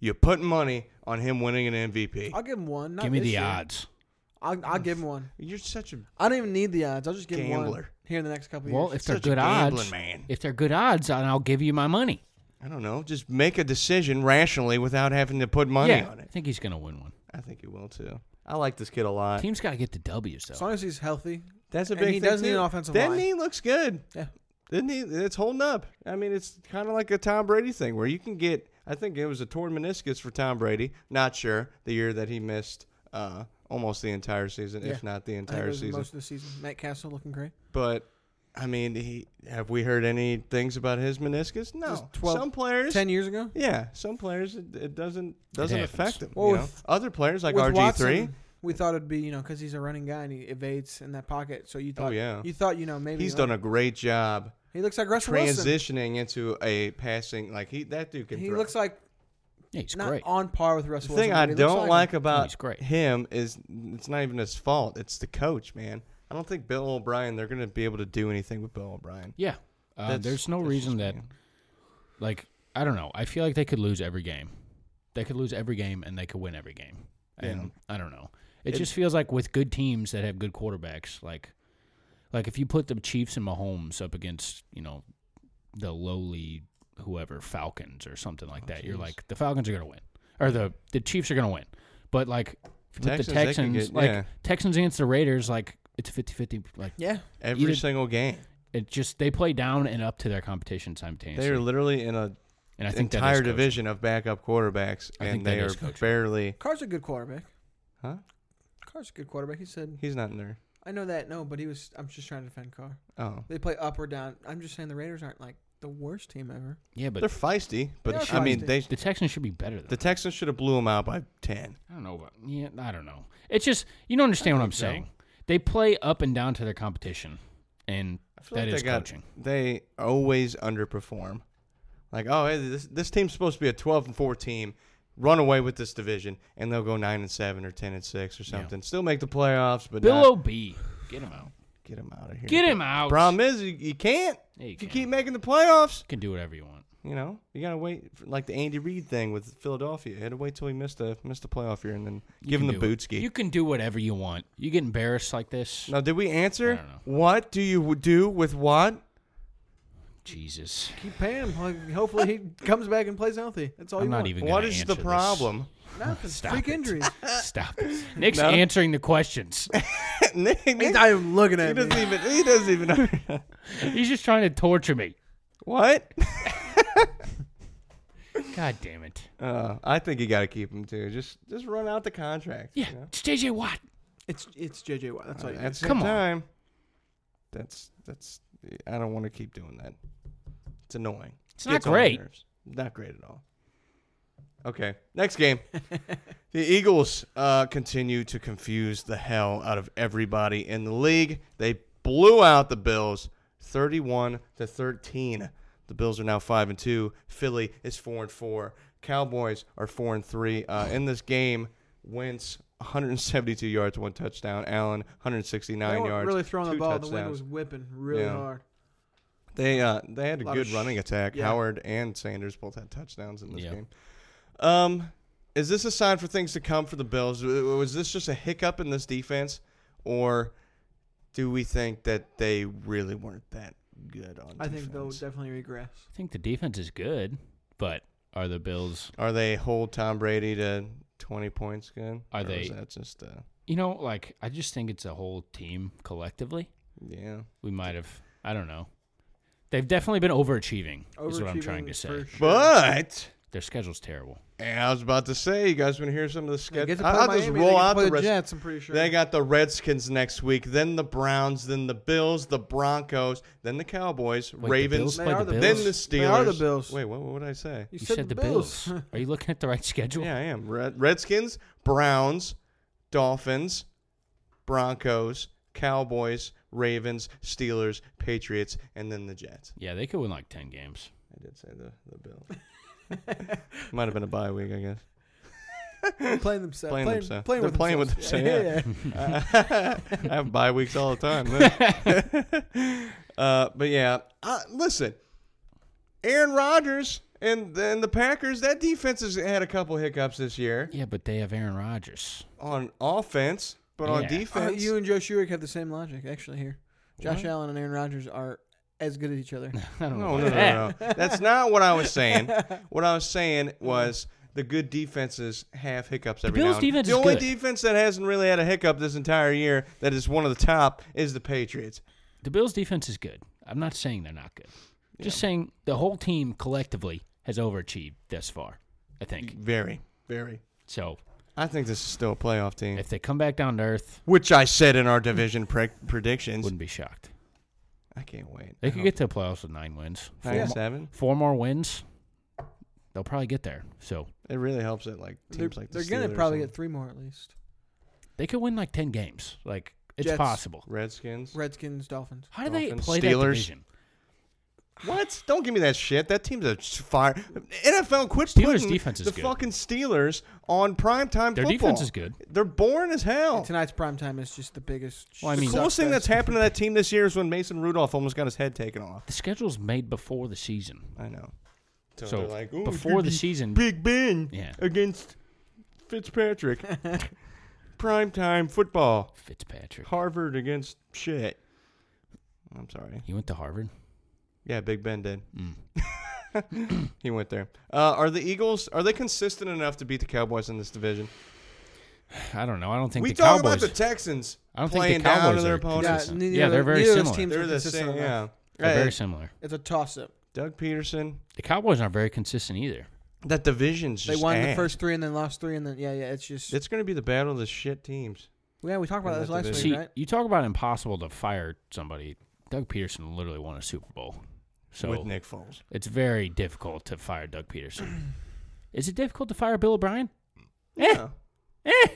Speaker 5: you put money on him winning an MVP.
Speaker 7: I'll give him one. Not
Speaker 6: Give me
Speaker 7: this
Speaker 6: the
Speaker 7: year.
Speaker 6: odds.
Speaker 7: I'll, I'll give him one.
Speaker 5: You're such a
Speaker 7: I don't even need the odds. I'll just give him one
Speaker 5: Gambler.
Speaker 7: here in the next couple
Speaker 6: Well,
Speaker 7: years.
Speaker 6: if they're
Speaker 5: Such a
Speaker 6: good
Speaker 5: gambling
Speaker 6: odds,
Speaker 5: man.
Speaker 6: if they're good odds, then I'll give you my money.
Speaker 5: I don't know. Just make a decision rationally without having to put money
Speaker 6: yeah,
Speaker 5: on
Speaker 6: I
Speaker 5: it.
Speaker 6: think he's gonna win one.
Speaker 5: I think he will too. I like this kid a lot.
Speaker 6: Team's gotta get the W's
Speaker 7: as
Speaker 6: though.
Speaker 7: long as he's healthy,
Speaker 5: That's a
Speaker 7: And
Speaker 5: big.
Speaker 7: he
Speaker 5: thing
Speaker 7: does need
Speaker 5: too.
Speaker 7: an offensive
Speaker 5: that
Speaker 7: line.
Speaker 5: knee looks good.
Speaker 7: yeah.
Speaker 5: That knee, it's holding up. I mean, it's kind of like a Tom Brady thing where you can get. I think it was a torn meniscus for Tom Brady. Not sure the year that he missed uh, almost the entire season,
Speaker 7: yeah.
Speaker 5: if not the
Speaker 7: I think it
Speaker 5: entire
Speaker 7: was
Speaker 5: season.
Speaker 7: Most of the season. Matt Castle looking great.
Speaker 5: but I mean, he, have we heard any things about his meniscus? No.
Speaker 7: Just 12
Speaker 5: some players,
Speaker 7: 10 years ago?
Speaker 5: yeah, some players it, it doesn't doesn't
Speaker 6: happens.
Speaker 5: affect them.
Speaker 7: Well,
Speaker 5: you
Speaker 7: with-
Speaker 5: know? Other players like
Speaker 7: With
Speaker 5: RG three,
Speaker 7: Watson, we thought it'd be you know because he's a running guy and he evades in that pocket. So you
Speaker 5: Oh,
Speaker 7: thought,
Speaker 5: yeah.
Speaker 7: you thought you know maybe
Speaker 5: he's
Speaker 7: like-
Speaker 5: done a great job
Speaker 7: he looks like Russell Wilson.
Speaker 5: transitioning into a passing like he that dude can.
Speaker 7: He
Speaker 5: throw.
Speaker 7: looks like
Speaker 6: Yeah, he's
Speaker 7: not
Speaker 6: great.
Speaker 7: on par with Russell.
Speaker 5: The thing
Speaker 7: Wilson,
Speaker 5: I
Speaker 7: but he looks
Speaker 5: don't
Speaker 7: like
Speaker 5: like
Speaker 7: him.
Speaker 5: about
Speaker 6: He's great.
Speaker 5: him is it's not even his fault. It's the coach, man. I don't think Bill O'Brien they're going to be able to do anything with Bill O'Brien.
Speaker 6: yeah. Uh,
Speaker 5: That's-
Speaker 6: there's no
Speaker 5: that's
Speaker 6: reason
Speaker 5: just
Speaker 6: that,
Speaker 5: me.
Speaker 6: like, I don't know. I feel like they could lose every game. They could lose every game and they could win every game. And I don't know. It,
Speaker 5: It-
Speaker 6: just feels like with good teams that have good quarterbacks, like, like if you put the Chiefs and Mahomes up against, you know, the lowly whoever Falcons or something
Speaker 5: Oh,
Speaker 6: like that, you're like the Falcons are gonna win or the the Chiefs are gonna win. But like with the
Speaker 5: Texans, they could
Speaker 6: Texans,
Speaker 5: get-
Speaker 6: like
Speaker 5: yeah.
Speaker 6: Texans against the Raiders, like it's 50-50. Like
Speaker 7: yeah,
Speaker 5: every
Speaker 6: either-
Speaker 5: single game.
Speaker 6: it just they play down and up to their competition simultaneously.
Speaker 5: They are literally in a
Speaker 6: and I think that is
Speaker 5: entire
Speaker 6: coaching.
Speaker 5: division of backup quarterbacks,
Speaker 6: I
Speaker 5: and
Speaker 6: think that
Speaker 5: they are
Speaker 6: is coaching.
Speaker 5: barely.
Speaker 7: Carr's a good quarterback.
Speaker 5: Huh?
Speaker 7: Carr's a good quarterback. He said,
Speaker 5: He's not in there.
Speaker 7: "I know that, no, but he was." I'm just trying to defend Carr.
Speaker 5: Oh,
Speaker 7: They play up or down. I'm just saying the Raiders aren't like the worst team ever.
Speaker 6: Yeah, but
Speaker 5: they're feisty, but
Speaker 7: They are
Speaker 5: I mean
Speaker 7: feisty.
Speaker 5: they.
Speaker 6: the Texans should be better. Than
Speaker 5: The
Speaker 6: the
Speaker 5: Texans should have blew him out by ten.
Speaker 6: I don't know. About, yeah, I don't know. It's just you don't understand what I'm
Speaker 5: so.
Speaker 6: saying. They play up and down to their competition, and
Speaker 5: I feel
Speaker 6: that
Speaker 5: like
Speaker 6: is
Speaker 5: they got,
Speaker 6: coaching.
Speaker 5: They always underperform. Like, oh, hey, this this team's supposed to be a twelve and four team. Run away with this division, and they'll go nine and seven or ten and six or something. Still make the playoffs, but
Speaker 6: Bill
Speaker 5: not-
Speaker 6: O'B, get him out.
Speaker 5: get him out of here.
Speaker 6: Get him out.
Speaker 5: Problem is, you, you can't.
Speaker 6: Yeah, you
Speaker 5: If you
Speaker 6: can't.
Speaker 5: keep making the playoffs.
Speaker 6: You can do whatever you want.
Speaker 5: You know, you gotta wait for, like the Andy Reid thing with Philadelphia. You had to wait till he missed a missed a playoff year and then
Speaker 6: You
Speaker 5: give him
Speaker 6: can
Speaker 5: the
Speaker 6: do it.
Speaker 5: boot ski.
Speaker 6: You can do whatever you want. You get embarrassed like this.
Speaker 5: Now, did we
Speaker 6: I
Speaker 5: answer?
Speaker 6: don't know.
Speaker 5: What do you w- do with what?
Speaker 6: Jesus,
Speaker 7: Keep paying him. Like, hopefully he comes back and plays healthy. That's all
Speaker 6: I'm
Speaker 7: you
Speaker 6: not
Speaker 7: want.
Speaker 6: even.
Speaker 5: What
Speaker 6: gonna
Speaker 5: is
Speaker 6: answer
Speaker 5: the
Speaker 6: this.
Speaker 5: problem?
Speaker 7: Nothing.
Speaker 6: Stop
Speaker 7: Freak
Speaker 6: it.
Speaker 7: injuries.
Speaker 6: Stop. it. Nick's
Speaker 5: No.
Speaker 6: answering the questions.
Speaker 5: Nick-
Speaker 7: He's
Speaker 5: Nick-
Speaker 7: not even looking
Speaker 5: he
Speaker 7: at me.
Speaker 5: doesn't even. He doesn't even.
Speaker 6: He's just trying to torture me.
Speaker 5: what?
Speaker 6: God damn it.
Speaker 5: Uh, I think you gotta keep him too. Just just run out the contract.
Speaker 6: Yeah,
Speaker 5: you know? Uh,
Speaker 6: it's JJ Watt.
Speaker 7: It's it's JJ Watt. That's all you.
Speaker 5: At the same
Speaker 6: Come on.
Speaker 5: time, that's that's. I don't want to keep doing that. It's annoying.
Speaker 6: It's not
Speaker 5: Gets on my
Speaker 6: great.
Speaker 5: nerves. Not great at all. Okay, next game. the Eagles uh, continue to confuse the hell out of everybody in the league. They blew out the Bills, thirty-one to thirteen. The Bills are now five and two. Philly is four and four. Cowboys are four and three. Uh, in this game, Wentz 172 yards, one touchdown. Allen 169
Speaker 7: They weren't
Speaker 5: yards,
Speaker 7: really throwing the
Speaker 5: two
Speaker 7: ball.
Speaker 5: touchdowns.
Speaker 7: The wind was whipping really
Speaker 5: Yeah.
Speaker 7: hard.
Speaker 5: They uh they had a
Speaker 7: Lot
Speaker 5: good
Speaker 7: of sh-
Speaker 5: running attack.
Speaker 7: yeah.
Speaker 5: Howard and Sanders both had touchdowns in this
Speaker 6: Yeah.
Speaker 5: game. Um, is this a sign for things to come for the Bills? W- Was this just a hiccup in this defense, or do we think that they really weren't that good on?
Speaker 7: I think they'll
Speaker 5: defense?
Speaker 7: definitely regress.
Speaker 6: I think the defense is good, but are the Bills?
Speaker 5: Are they hold Tom Brady to twenty points again?
Speaker 6: Are
Speaker 5: Or
Speaker 6: they-
Speaker 5: Is that just uh
Speaker 6: You know, like I just think it's a whole team collectively.
Speaker 5: yeah?
Speaker 6: We might have. I don't know. They've definitely been overachieving. Is what I'm trying to
Speaker 7: Overachieving
Speaker 6: say.
Speaker 7: for sure.
Speaker 5: But
Speaker 6: Their schedule's terrible.
Speaker 5: and I was about to say, you guys want to hear some of the
Speaker 7: They
Speaker 5: schedule?
Speaker 7: get to
Speaker 5: I-
Speaker 7: play
Speaker 5: I'll just
Speaker 7: Miami, they
Speaker 5: roll
Speaker 7: get to
Speaker 5: out
Speaker 7: play
Speaker 5: the rest.
Speaker 7: Jets. I'm pretty sure
Speaker 5: They got the Redskins next week, then the Browns, then the Bills, the Broncos, then the Cowboys,
Speaker 6: Wait, the
Speaker 5: Ravens,
Speaker 6: Bills play
Speaker 7: are
Speaker 6: the
Speaker 7: the
Speaker 6: Bills.
Speaker 5: then the Steelers.
Speaker 7: They are the Bills.
Speaker 5: Wait, what, what did I say?
Speaker 6: You,
Speaker 7: You,
Speaker 6: said, the Bills. are you looking at the right schedule?
Speaker 5: Yeah, I am. Red, Redskins, Browns, Dolphins, Broncos, Cowboys, Ravens, Steelers, Patriots, and then the Jets.
Speaker 6: Yeah, they could win like ten games.
Speaker 5: I did say the, the Bills. Might have been a bye week, I guess.
Speaker 7: playing themselves.
Speaker 5: Playing
Speaker 7: Playing,
Speaker 5: themselves.
Speaker 7: Playing
Speaker 5: They're
Speaker 7: with
Speaker 5: playing with
Speaker 7: themselves.
Speaker 5: themselves,
Speaker 7: yeah.
Speaker 5: I have bye weeks all the time. uh, but yeah, uh, listen, Aaron Rodgers and and the Packers. That defense has had a couple hiccups this year
Speaker 6: Yeah, but they have Aaron Rodgers.
Speaker 5: on offense, but on
Speaker 6: Yeah.
Speaker 7: Uh,
Speaker 5: defense,
Speaker 7: you and Joe Shuick have the same logic, actually. Here, Josh Allen and Aaron Rodgers are as good as each other.
Speaker 6: I don't
Speaker 5: no,
Speaker 6: know.
Speaker 5: no,
Speaker 6: about that.
Speaker 5: no, no. That's not what I was saying. What I was saying was. The good defenses have hiccups every
Speaker 6: Bills'
Speaker 5: now and then.
Speaker 6: defense
Speaker 5: The
Speaker 6: is
Speaker 5: only
Speaker 6: good.
Speaker 5: defense that hasn't really had a hiccup this entire year that is one of the top is the Patriots.
Speaker 6: The Bills' defense is good. I'm not saying they're not good. Just saying the whole team collectively has overachieved thus far. I think
Speaker 5: Very, very.
Speaker 6: so.
Speaker 5: I think this is still a playoff team.
Speaker 6: If they come back down to earth,
Speaker 5: which I said in our division pre- predictions.
Speaker 6: wouldn't be shocked.
Speaker 5: I can't wait.
Speaker 6: They could get to the playoffs with nine wins. Four,
Speaker 5: nine
Speaker 6: mo-
Speaker 5: seven.
Speaker 6: four more wins, they'll probably get there. So
Speaker 5: It really helps that like teams
Speaker 7: They're,
Speaker 5: like
Speaker 7: they're
Speaker 5: the
Speaker 7: gonna
Speaker 5: Steelers
Speaker 7: probably
Speaker 5: and
Speaker 7: get three more at least.
Speaker 6: they could win like ten games. Like it's
Speaker 7: Jets.
Speaker 6: possible.
Speaker 5: Redskins.
Speaker 7: Redskins, Dolphins.
Speaker 6: How do they
Speaker 5: Dolphins,
Speaker 6: play that
Speaker 5: Steelers.
Speaker 6: division?
Speaker 5: What? Don't give me that shit. That team's a s- fire. NFL quit
Speaker 6: Steelers'
Speaker 5: putting
Speaker 6: defense is
Speaker 5: the
Speaker 6: good.
Speaker 5: fucking Steelers on primetime
Speaker 6: Their
Speaker 5: football.
Speaker 6: defense is good.
Speaker 5: They're boring as hell.
Speaker 7: And tonight's prime time is just the biggest.
Speaker 6: Well, I
Speaker 5: the
Speaker 6: mean-
Speaker 5: coolest thing that's
Speaker 7: suckfest.
Speaker 5: happened to that team this year is when Mason Rudolph almost got his head taken off.
Speaker 6: The schedule's made before the season.
Speaker 5: I know. So,
Speaker 6: So,
Speaker 5: they're like, "Ooh,
Speaker 6: before the
Speaker 5: Big-
Speaker 6: season-
Speaker 5: Big Ben
Speaker 6: Yeah.
Speaker 5: against Fitzpatrick, primetime football,
Speaker 6: Fitzpatrick.
Speaker 5: Harvard against shit. I'm sorry.
Speaker 6: He went to Harvard.
Speaker 5: Yeah, Big Ben did.
Speaker 6: Mm.
Speaker 5: he went there. Uh, are the Eagles are they consistent enough to beat the Cowboys in this division?
Speaker 6: I don't know. I don't think
Speaker 5: we
Speaker 6: the
Speaker 5: talk
Speaker 6: Cowboys.
Speaker 5: about the Texans
Speaker 6: I don't think the
Speaker 5: playing down to
Speaker 6: Cowboys
Speaker 5: their
Speaker 6: are
Speaker 5: opponents.
Speaker 6: consistent.
Speaker 7: Yeah, neither
Speaker 6: Yeah,
Speaker 7: of
Speaker 6: they're
Speaker 7: the-
Speaker 6: very
Speaker 7: neither of those
Speaker 6: similar.
Speaker 7: teams
Speaker 5: They're
Speaker 7: are
Speaker 5: the
Speaker 7: consistent
Speaker 5: same. Yeah.
Speaker 7: enough.
Speaker 6: They're
Speaker 5: Hey,
Speaker 6: very similar.
Speaker 7: It's a toss up.
Speaker 5: Doug Peterson.
Speaker 6: The Cowboys aren't very consistent either.
Speaker 5: That division's
Speaker 7: They
Speaker 5: just
Speaker 7: won the
Speaker 5: ass.
Speaker 7: first three and then lost three and then yeah, yeah. It's just
Speaker 5: It's going to be the battle of the shit teams.
Speaker 7: yeah. We talked
Speaker 5: in
Speaker 7: about
Speaker 5: that
Speaker 7: this last
Speaker 5: division.
Speaker 6: See,
Speaker 7: week, right?
Speaker 6: you talk about impossible to fire somebody. Doug Peterson literally won a Super Bowl. So
Speaker 5: with Nick Foles.
Speaker 6: it's very difficult to fire Doug Peterson. Is it difficult to fire Bill O'Brien? Eh.
Speaker 5: Yeah.
Speaker 6: Eh,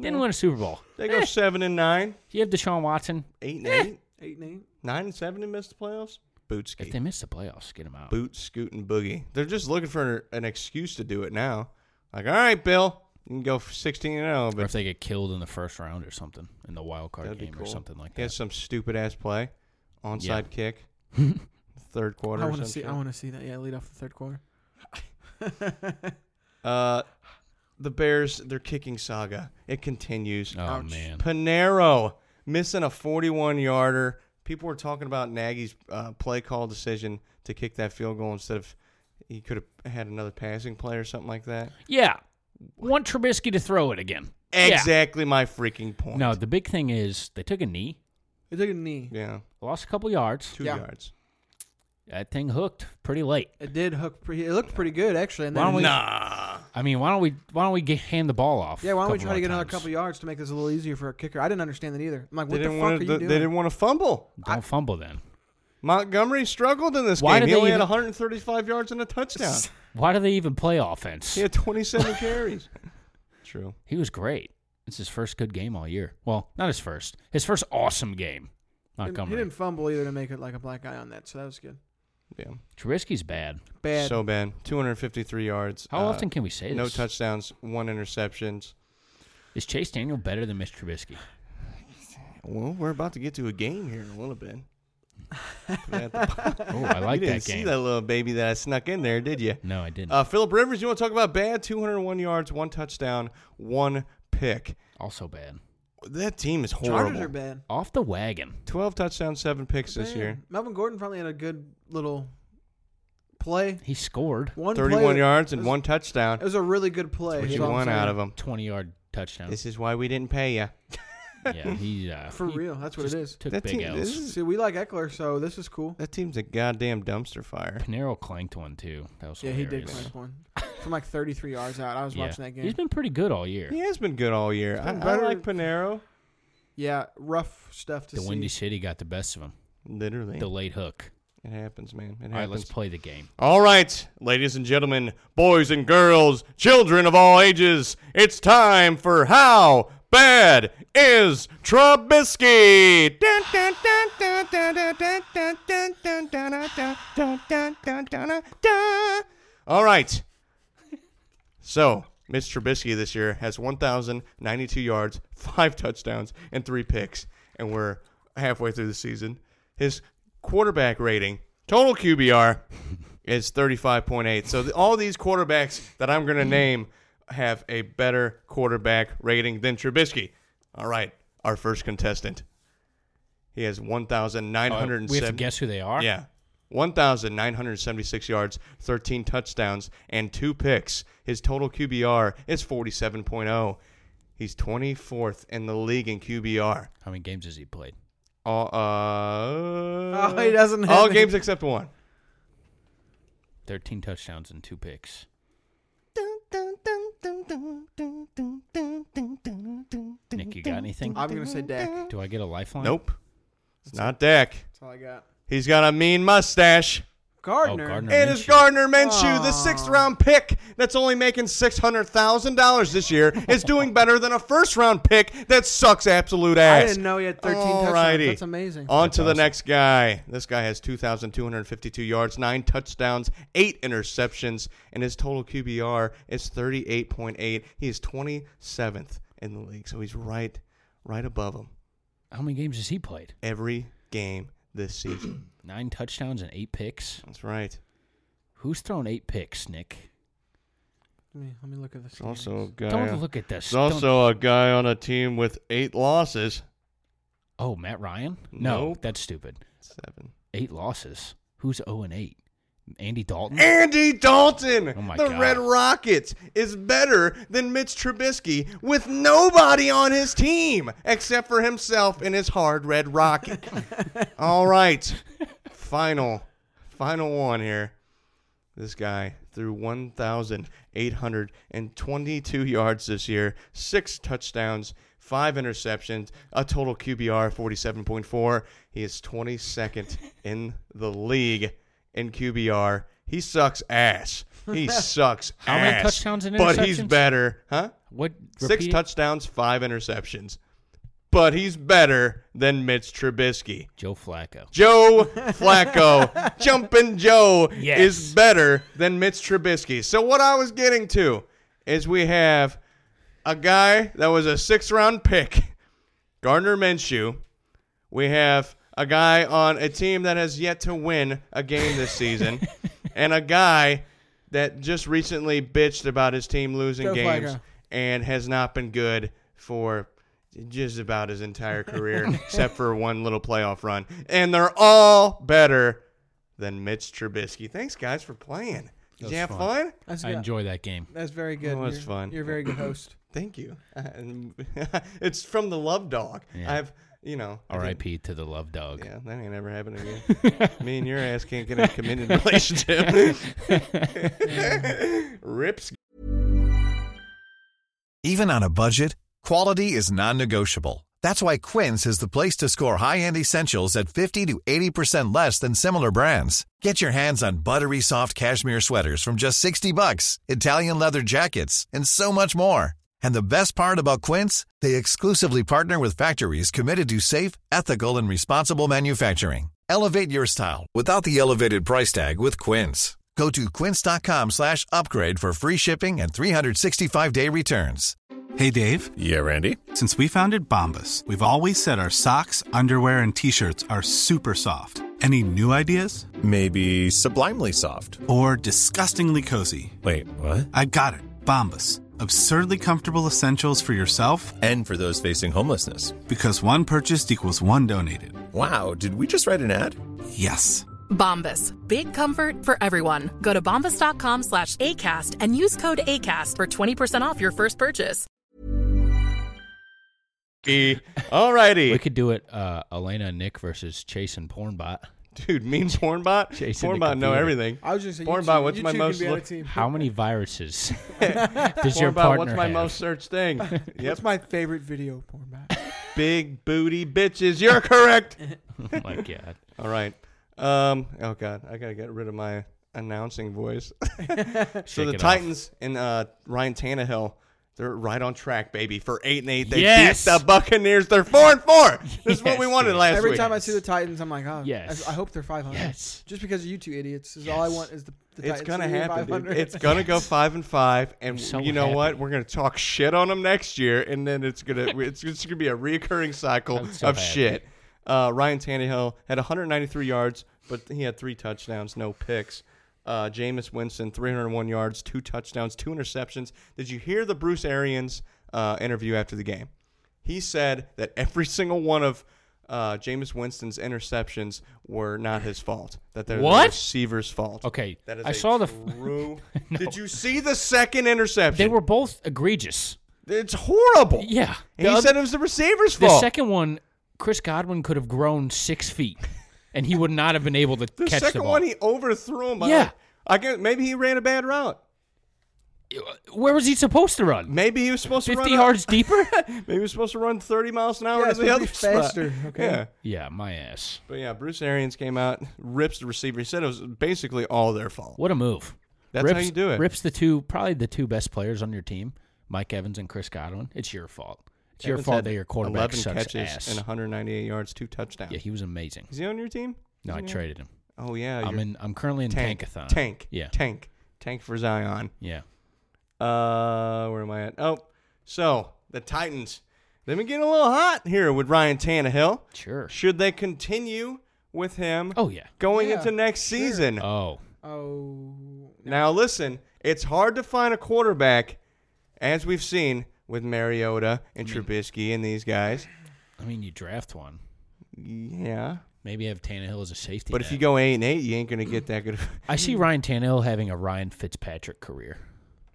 Speaker 6: didn't win a Super Bowl.
Speaker 5: They
Speaker 6: Eh,
Speaker 5: go seven and nine,
Speaker 6: You have Deshaun Watson.
Speaker 5: eight and eight,
Speaker 7: Eight and eight.
Speaker 5: nine and seven, and miss the playoffs.
Speaker 6: If
Speaker 8: Bootski.
Speaker 6: they miss the playoffs, get him out.
Speaker 5: Boot, scoot, and boogie. They're just looking for an excuse to do it now. Like, all right, Bill, you can go for sixteen and zero,
Speaker 6: Or if
Speaker 5: but
Speaker 6: they get killed in the first round or something in the wild card
Speaker 5: that'd be
Speaker 6: game
Speaker 5: cool.
Speaker 6: or something like
Speaker 5: He
Speaker 6: that.
Speaker 5: has some stupid ass play, onside
Speaker 6: Yeah.
Speaker 5: kick, third quarter.
Speaker 7: I
Speaker 5: or
Speaker 7: want to
Speaker 5: some
Speaker 7: see.
Speaker 5: shit.
Speaker 7: I want to see that. Yeah, lead off the third quarter.
Speaker 5: Uh, the Bears, their kicking saga, it continues.
Speaker 6: Oh man,
Speaker 5: Panero missing a 41 yarder. People were talking about Nagy's uh, play call decision to kick that field goal instead of he could have had another passing play or something like that.
Speaker 6: yeah. Want Trubisky to throw it again? Yeah.
Speaker 5: Exactly my freaking point.
Speaker 6: No, the big thing is they took a knee,
Speaker 7: They took a knee.
Speaker 5: yeah,
Speaker 6: lost a couple yards.
Speaker 5: two
Speaker 7: Yeah.
Speaker 5: yards.
Speaker 6: That thing hooked pretty late.
Speaker 7: It did hook. Pretty, it looked pretty good actually. And
Speaker 6: Why
Speaker 7: then
Speaker 6: don't we?
Speaker 5: Nah,
Speaker 6: I mean, why don't we? Why don't we get, hand the ball off?
Speaker 7: Yeah, why don't we
Speaker 6: couple
Speaker 7: try
Speaker 6: more
Speaker 7: to get another
Speaker 6: times?
Speaker 7: couple yards to make this a little easier for a kicker? I didn't understand that either. I'm like,
Speaker 5: they
Speaker 7: what the
Speaker 5: didn't
Speaker 7: fuck are
Speaker 5: want
Speaker 7: you
Speaker 5: to. They
Speaker 7: doing?
Speaker 5: didn't want to fumble.
Speaker 6: Don't fumble then.
Speaker 5: Montgomery struggled in this game.
Speaker 6: Why did
Speaker 5: He
Speaker 6: they
Speaker 5: only had
Speaker 6: even-
Speaker 5: 135 yards and a touchdown.
Speaker 6: Why do they even play offense?
Speaker 5: he had 27 carries. True.
Speaker 6: He was great. It's his first good game all year. Well, not his first. His first awesome game.
Speaker 7: He didn't- He
Speaker 6: Montgomery.
Speaker 7: didn't fumble either to make it like a black eye on that, so that was good.
Speaker 5: Yeah.
Speaker 6: Trubisky's bad.
Speaker 7: Bad.
Speaker 5: So bad. 253 yards.
Speaker 6: How
Speaker 5: Uh,
Speaker 6: often can we say this?
Speaker 5: No touchdowns, one interceptions.
Speaker 6: Is Chase Daniel better than Mitch Trubisky?
Speaker 5: Well, we're about to get to a game here in a little bit. I
Speaker 6: Oh, I like
Speaker 5: you didn't
Speaker 6: that
Speaker 5: see
Speaker 6: game.
Speaker 5: that little baby that I snuck in there, did you?
Speaker 6: No, I didn't.
Speaker 5: Uh, Philip Rivers, you want to talk about bad? 201 yards, one touchdown, one pick.
Speaker 6: also bad.
Speaker 5: That team is
Speaker 7: Chargers are
Speaker 5: horrible.
Speaker 7: bad.
Speaker 6: Off the wagon.
Speaker 5: 12 touchdowns, seven picks this
Speaker 7: Bad.
Speaker 5: year.
Speaker 7: Melvin Gordon finally had a good little play.
Speaker 6: He scored
Speaker 7: One play
Speaker 5: 31
Speaker 7: that-
Speaker 5: yards
Speaker 7: it
Speaker 5: and
Speaker 7: was-
Speaker 5: one touchdown.
Speaker 7: It was a really good play.
Speaker 5: what
Speaker 7: is
Speaker 5: you
Speaker 7: all I'm
Speaker 5: want out of
Speaker 7: saying.
Speaker 5: him.
Speaker 6: 20 yard touchdown.
Speaker 5: This is why we didn't pay you.
Speaker 6: yeah, he uh,
Speaker 7: For
Speaker 6: he
Speaker 7: real, that's what it
Speaker 6: just
Speaker 7: is.
Speaker 6: Took
Speaker 5: That
Speaker 6: big
Speaker 5: team-
Speaker 6: L's.
Speaker 5: this is-
Speaker 7: See, we like Eckler, so this is cool.
Speaker 5: That team's a goddamn dumpster fire.
Speaker 6: Pinero clanked one too. That was
Speaker 7: Yeah, he did
Speaker 6: hilarious.
Speaker 7: clank one from like 33 yards out. I was
Speaker 6: Yeah.
Speaker 7: watching that game.
Speaker 6: He's been pretty good all year.
Speaker 5: He has been good all year. I,
Speaker 7: been
Speaker 5: I
Speaker 7: better-
Speaker 5: like Panero.
Speaker 7: yeah, rough stuff to
Speaker 6: the
Speaker 7: see.
Speaker 6: Windy City got the best of him.
Speaker 5: Literally.
Speaker 6: The late hook.
Speaker 5: It happens, man. It happens.
Speaker 6: All right, let's play the game.
Speaker 5: All right, ladies and gentlemen, boys and girls, children of all ages, it's time for How Bad Is Trubisky? Dun, dun, dun, dun, dun, dun, dun, dun, dun, dun, dun, dun, dun, dun, dun, dun, dun, dun. All right. So, Mitch Trubisky this year has 1,092 yards, five touchdowns, and three picks, and we're halfway through the season. His quarterback rating, total QBR, is 35.8. So, the, all these quarterbacks that I'm going to name have a better quarterback rating than Trubisky. All right, our first contestant. He has
Speaker 6: Oh, we have to
Speaker 5: 1,907.
Speaker 6: guess who they are.
Speaker 5: Yeah. 1,976 yards, 13 touchdowns, and two picks. His total QBR is 47.0. He's 24th in the league in QBR.
Speaker 6: How many games has he played?
Speaker 5: All, uh,
Speaker 7: Oh, he doesn't have
Speaker 5: all
Speaker 7: any.
Speaker 5: games except one.
Speaker 6: Thirteen touchdowns and two picks. Nick, you got anything?
Speaker 7: I'm gonna say Dak.
Speaker 6: Do I get a lifeline?
Speaker 5: Nope. It's not Dak.
Speaker 7: It's all I got.
Speaker 5: He's got a mean mustache.
Speaker 7: Gardner.
Speaker 6: Gardner.
Speaker 5: And it's Oh, Gardner Minshew, the
Speaker 7: Aw.
Speaker 5: sixth round pick that's only making six hundred thousand dollars this year, is doing better than a first round pick that sucks absolute ass.
Speaker 7: I didn't know he had 13 touchdowns.
Speaker 5: Alrighty.
Speaker 7: That's amazing.
Speaker 5: On to the next guy. This guy has two thousand two hundred fifty-two yards, nine touchdowns, eight interceptions, and his total QBR is thirty-eight point eight. He is twenty-seventh in the league, so he's right, right above him
Speaker 6: How many games has he played?
Speaker 5: every game this season.
Speaker 6: Nine touchdowns and eight picks.
Speaker 5: that's right.
Speaker 6: Who's thrown eight picks, Nick?
Speaker 7: Let me, let me look at this.
Speaker 5: It's also a guy.
Speaker 6: Don't look at this.
Speaker 5: It's also uh, a guy on a team with eight losses.
Speaker 6: Oh, Matt Ryan? No,
Speaker 5: Nope.
Speaker 6: that's stupid.
Speaker 5: Seven.
Speaker 6: Eight losses. Who's zero and eight? Andy Dalton.
Speaker 5: Andy Dalton,
Speaker 6: Oh my
Speaker 5: the
Speaker 6: God.
Speaker 5: Red Rockets, is better than Mitch Trubisky with nobody on his team except for himself and his hard Red Rocket. All right, final, final one here. This guy threw 1,822 yards this year, six touchdowns, five interceptions, a total QBR of 47.4. He is 22nd in the league in QBR. He sucks ass. He sucks
Speaker 6: How
Speaker 5: ass.
Speaker 6: many touchdowns and
Speaker 5: But he's
Speaker 6: interceptions?
Speaker 5: better, huh?
Speaker 6: What?
Speaker 5: Six
Speaker 6: repeat it?
Speaker 5: touchdowns, five interceptions. But he's better than Mitch Trubisky.
Speaker 6: Joe Flacco.
Speaker 5: Joe Flacco, Jumpin' Joe,
Speaker 6: Yes.
Speaker 5: is better than Mitch Trubisky. So what I was getting to is we have a guy that was a six-round pick, Gardner Minshew. We have a guy on a team that has yet to win a game this season, and a guy that just recently bitched about his team losing
Speaker 7: Joe
Speaker 5: games
Speaker 7: Flacco.
Speaker 5: and has not been good for just about his entire career, except for one little playoff run. And they're all better than Mitch Trubisky. Thanks, guys, for playing. Did
Speaker 6: That
Speaker 5: you have
Speaker 6: was
Speaker 5: fun?
Speaker 6: fun.
Speaker 7: That's
Speaker 6: I
Speaker 7: good.
Speaker 6: enjoy that game.
Speaker 7: That's very good.
Speaker 5: That was
Speaker 7: you're,
Speaker 5: Oh, fun.
Speaker 7: You're a very good host.
Speaker 5: Thank you. And it's from the Love Dog.
Speaker 6: Yeah.
Speaker 5: I've, you know. I did-
Speaker 6: R.I.P. to the love dog.
Speaker 5: Yeah, that ain't ever happening again. Me and your ass can't get in a committed relationship. Rips
Speaker 8: Even on a budget, quality is non-negotiable. That's why Quince is the place to score high-end essentials at 50 to 80% less than similar brands. Get your hands on buttery soft cashmere sweaters from just 60 bucks, Italian leather jackets, and so much more. And the best part about Quince, they exclusively partner with factories committed to safe, ethical, and responsible manufacturing. Elevate your style without the elevated price tag with Quince. Go to quince.com slash upgrade for free shipping and 365-day returns.
Speaker 9: Hey, Dave.
Speaker 8: Yeah, Randy.
Speaker 9: Since we founded Bombus, we've always said our socks, underwear, and t shirts are super soft. Any new ideas?
Speaker 8: Maybe sublimely soft.
Speaker 9: Or disgustingly cozy?
Speaker 8: Wait, what?
Speaker 9: I got it. Bombus. Absurdly comfortable essentials for yourself
Speaker 8: And for those facing homelessness.
Speaker 9: because one purchased equals one donated.
Speaker 8: Wow, did we just write an ad?
Speaker 9: Yes.
Speaker 1: Bombas. Big comfort for everyone. Go to bombas.com slash ACAST and use code ACAST for 20% off your first purchase.
Speaker 5: Alrighty, All righty.
Speaker 6: We could do it. Uh, Elena and Nick versus Chase and Pornbot.
Speaker 5: Dude, mean Pornbot?
Speaker 6: Jason the
Speaker 5: Pornbot know
Speaker 6: computer.
Speaker 5: everything.
Speaker 7: I was just saying, you
Speaker 5: Pornbot,
Speaker 7: two-
Speaker 5: what's
Speaker 7: you
Speaker 5: my
Speaker 7: two can
Speaker 5: most
Speaker 7: be on a
Speaker 5: looked?
Speaker 7: team.
Speaker 6: How many viruses does your
Speaker 5: Pornbot,
Speaker 6: partner
Speaker 5: what's my
Speaker 6: have?
Speaker 5: most searched thing? yep.
Speaker 7: That's my favorite video porn back.
Speaker 5: Big booty bitches. You're correct.
Speaker 6: oh my god!
Speaker 5: All right. Um. Oh God, I gotta get rid of my announcing voice. so
Speaker 6: Shake
Speaker 5: the
Speaker 6: it off.
Speaker 5: Titans and uh, Ryan Tannehill, they're right on track, baby. For eight and eight, they
Speaker 6: Yes!
Speaker 5: beat the Buccaneers. They're four and four. This is what
Speaker 6: Yes,
Speaker 5: we wanted
Speaker 6: dude.
Speaker 5: last
Speaker 7: Every
Speaker 5: week.
Speaker 7: time I see the Titans, I'm like, oh,
Speaker 6: Yes.
Speaker 7: I, I hope they're 500.
Speaker 6: Yes.
Speaker 7: Just because of you two idiots is all I want is the, the Titans
Speaker 5: it's gonna
Speaker 7: be
Speaker 5: happen. dude.
Speaker 7: 500.
Speaker 5: It's gonna go five and five, and
Speaker 6: so
Speaker 5: you know
Speaker 6: happy.
Speaker 5: what? We're gonna talk shit on them next year, and then it's gonna it's just gonna be a reoccurring cycle
Speaker 6: I'm so
Speaker 5: of
Speaker 6: happy.
Speaker 5: shit. Uh, Ryan Tannehill had 193 yards, but he had three touchdowns, no picks. Uh, Jameis Winston, 301 yards, two touchdowns, two interceptions. Did you hear the Bruce Arians uh, interview after the game? He said that every single one of uh, Jameis Winston's interceptions were not his fault. That they're the
Speaker 6: What?
Speaker 5: receiver's fault.
Speaker 6: Okay,
Speaker 5: That is
Speaker 6: I
Speaker 5: a
Speaker 6: saw the.
Speaker 5: true. Did you see the second interception?
Speaker 6: They were both egregious.
Speaker 5: It's horrible.
Speaker 6: Yeah.
Speaker 5: And
Speaker 6: The
Speaker 5: he
Speaker 6: oth-
Speaker 5: said it was the receiver's
Speaker 6: The
Speaker 5: fault.
Speaker 6: second one, Chris Godwin could have grown six feet, and he would not have been able to
Speaker 5: The
Speaker 6: catch
Speaker 5: second
Speaker 6: the ball.
Speaker 5: one, he overthrew him. By
Speaker 6: Yeah.
Speaker 5: like- I guess maybe he ran a bad route.
Speaker 6: Where was he supposed to run?
Speaker 5: Maybe he was supposed to run.
Speaker 6: Fifty
Speaker 5: a-
Speaker 6: yards deeper?
Speaker 5: Maybe he was supposed to run 30 miles an hour
Speaker 7: Yeah,
Speaker 5: to
Speaker 7: it's
Speaker 5: the other
Speaker 7: supposed to be faster,
Speaker 5: spot.
Speaker 7: okay.
Speaker 5: Yeah.
Speaker 6: yeah, my ass.
Speaker 5: But yeah, Bruce Arians came out, rips the receiver. He said it was basically all their fault.
Speaker 6: What a move.
Speaker 5: That's
Speaker 6: rips,
Speaker 5: how you do it.
Speaker 6: Rips the two, probably the two best players on your team, Mike Evans and Chris Godwin. It's your fault. It's your
Speaker 5: Evans
Speaker 6: fault
Speaker 5: had
Speaker 6: that your quarterback
Speaker 5: 11
Speaker 6: sucks
Speaker 5: catches
Speaker 6: ass.
Speaker 5: and 198 yards, two touchdowns.
Speaker 6: yeah, he was amazing.
Speaker 5: Is he on your team?
Speaker 6: No, I
Speaker 5: Isn't he?
Speaker 6: traded him.
Speaker 5: Oh yeah,
Speaker 6: I'm
Speaker 5: you're-
Speaker 6: in. I'm currently in
Speaker 5: tank,
Speaker 6: Tankathon.
Speaker 5: Tank.
Speaker 6: Yeah.
Speaker 5: Tank. Tank for Zion.
Speaker 6: Yeah.
Speaker 5: Uh, where am I at? Oh, so the Titans. They've been getting a little hot here with Ryan Tannehill.
Speaker 6: Sure.
Speaker 5: Should they continue with him
Speaker 6: Oh yeah.
Speaker 5: going
Speaker 7: Yeah,
Speaker 5: into next season?
Speaker 6: Oh.
Speaker 7: Oh,
Speaker 5: Now listen, it's hard to find a quarterback, as we've seen with Mariota and
Speaker 6: Mm-hmm.
Speaker 5: Trubisky and these guys.
Speaker 6: I mean, you draft one.
Speaker 5: Yeah,
Speaker 6: Maybe have Tannehill as a safety.
Speaker 5: but if you
Speaker 6: net.
Speaker 5: go eight and eight, you ain't gonna get that good. Of,
Speaker 6: I see Ryan Tannehill having a Ryan Fitzpatrick career,